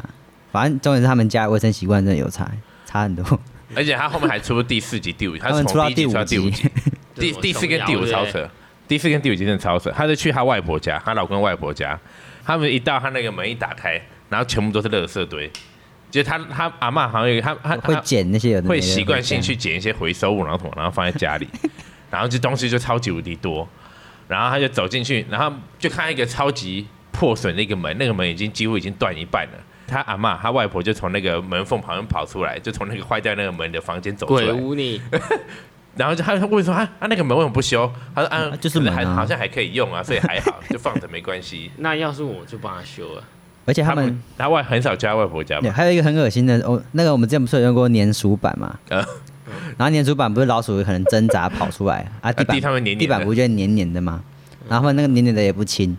[SPEAKER 1] 反正重点是他们家的卫生习惯真的有差差很多，
[SPEAKER 2] [LAUGHS] 而且她后面还出第四集、第五集，她
[SPEAKER 1] 他们出
[SPEAKER 2] 从
[SPEAKER 1] 到
[SPEAKER 2] 第一集
[SPEAKER 1] 第
[SPEAKER 2] 出到
[SPEAKER 1] 五
[SPEAKER 2] 第五
[SPEAKER 1] 集 [LAUGHS]
[SPEAKER 2] 集。。 [LAUGHS] 第第四跟第五超
[SPEAKER 4] 超
[SPEAKER 2] 扯，第四跟第五集真的超扯。她就去她外婆家，她老公外婆家，他们一到她那个门一打开，然后全部都是垃圾堆。就她她阿嬷好像有一个她她
[SPEAKER 1] 会
[SPEAKER 2] 她
[SPEAKER 1] 捡那些有的没的
[SPEAKER 2] 会习惯性去捡一些回收物，然后什么，然后放在家
[SPEAKER 1] [LAUGHS]
[SPEAKER 2] 里，然后这东西就超级无敌多。然后她就走进去，然后就看到一个超级破损的一个门，那个门已经几乎已经断一半了。她阿嬷她外婆就从那个门缝旁边跑出来，就从那个坏掉那个门的房间走出
[SPEAKER 4] 鬼
[SPEAKER 2] 来。
[SPEAKER 4] 屋你，
[SPEAKER 2] 然后就他他问说啊啊那个门为什么不修？他说啊
[SPEAKER 1] 啊就是门啊
[SPEAKER 2] 还好像还可以用啊，所以还好 [LAUGHS] 就放着没关系。
[SPEAKER 4] 那要是我就帮他修了。
[SPEAKER 1] 而 [LAUGHS] 且他们
[SPEAKER 2] 他外很少去他外婆家
[SPEAKER 1] 对，
[SPEAKER 2] 嘛，
[SPEAKER 1] 还有一个很恶心的，哦，那个我们之前不是有用过粘鼠板嘛？
[SPEAKER 2] 呃
[SPEAKER 1] 然后粘鼠板不是老鼠可能挣扎跑出来啊，地板
[SPEAKER 2] 地上会黏黏的
[SPEAKER 1] 地板不就黏黏的吗？然后他们那个黏黏的也不清，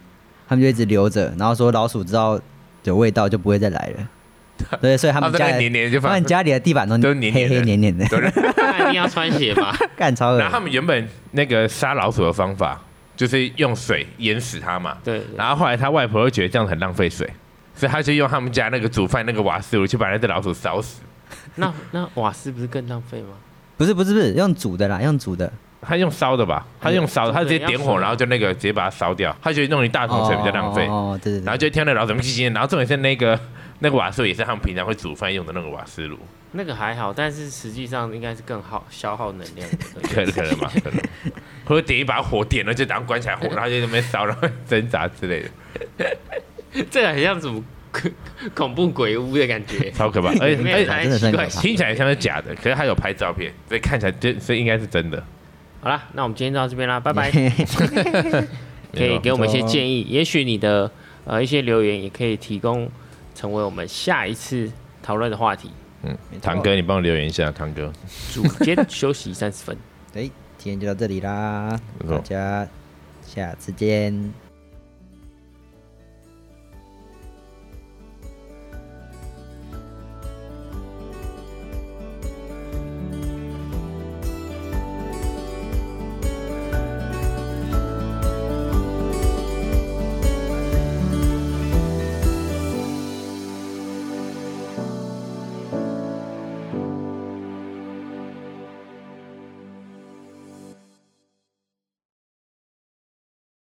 [SPEAKER 1] 他们就一直留着，然后说老鼠知道有味道就不会再来
[SPEAKER 2] [LAUGHS]
[SPEAKER 1] 了。对，所以他们
[SPEAKER 2] 他们那
[SPEAKER 1] 家
[SPEAKER 2] 个
[SPEAKER 1] 的
[SPEAKER 2] 黏黏就
[SPEAKER 1] 他
[SPEAKER 2] 放
[SPEAKER 1] 们家里的地板都
[SPEAKER 2] 都黏黏
[SPEAKER 1] 黑
[SPEAKER 2] 的
[SPEAKER 1] 黑黏黏的， [LAUGHS]
[SPEAKER 2] 对
[SPEAKER 4] 那一定要穿鞋
[SPEAKER 2] [LAUGHS]
[SPEAKER 4] 吧？
[SPEAKER 1] 干超恶
[SPEAKER 2] 然后他们原本那个杀老鼠的方法就是用水淹死它嘛，
[SPEAKER 4] 对，
[SPEAKER 2] 然后后来他外婆又觉得这样很浪费水，所以他就用他们家那个煮饭那个瓦斯炉去把那只老鼠烧死。
[SPEAKER 4] 那那瓦斯不是更浪费吗？
[SPEAKER 1] 不是不是不是用煮的啦，用煮的，
[SPEAKER 2] 他用烧的吧，他用烧的，他直接点火，然后就那个直接把它烧掉。他觉得弄一大桶水比较浪费
[SPEAKER 1] 哦，哦，哦对对对，
[SPEAKER 2] 然后就挑那老鼠们去煎，然后重点是那个那个瓦斯炉也是他们平常会煮饭用的那个瓦斯炉，
[SPEAKER 4] 那个还好，但是实际上应该是更耗消耗能量的。
[SPEAKER 2] 可可能吧，可能。或者点一把火点了就然后关起来火，然后就在那边烧，然后挣扎之类的，
[SPEAKER 4] 这个很像什么 [LAUGHS] 恐怖鬼屋的感
[SPEAKER 1] [LAUGHS]
[SPEAKER 4] 觉，
[SPEAKER 2] 超可怕。而
[SPEAKER 4] 里
[SPEAKER 2] 且
[SPEAKER 4] 面
[SPEAKER 2] 而且
[SPEAKER 4] 还
[SPEAKER 1] 哎真的是
[SPEAKER 4] 奇
[SPEAKER 1] 很可
[SPEAKER 4] 怪
[SPEAKER 1] 怕
[SPEAKER 4] 行为。
[SPEAKER 2] 听起来像是假的，可是他有拍照片，所以看起来就所以应该是真的。
[SPEAKER 4] [LAUGHS]
[SPEAKER 1] [LAUGHS]
[SPEAKER 4] 好啦，那我们今天就到这边啦，拜拜。
[SPEAKER 1] 嘿嘿嘿
[SPEAKER 4] 可以给我们一些建议，也许你的呃一些留言，也可以提供成为我们下一次讨论的话题。
[SPEAKER 2] 嗯
[SPEAKER 1] 没，错
[SPEAKER 2] 堂哥，你帮我留言一下，堂哥，
[SPEAKER 4] 组间休息三十分。
[SPEAKER 1] 哎，今天就到这里啦，
[SPEAKER 2] 没错
[SPEAKER 1] 大家下次见，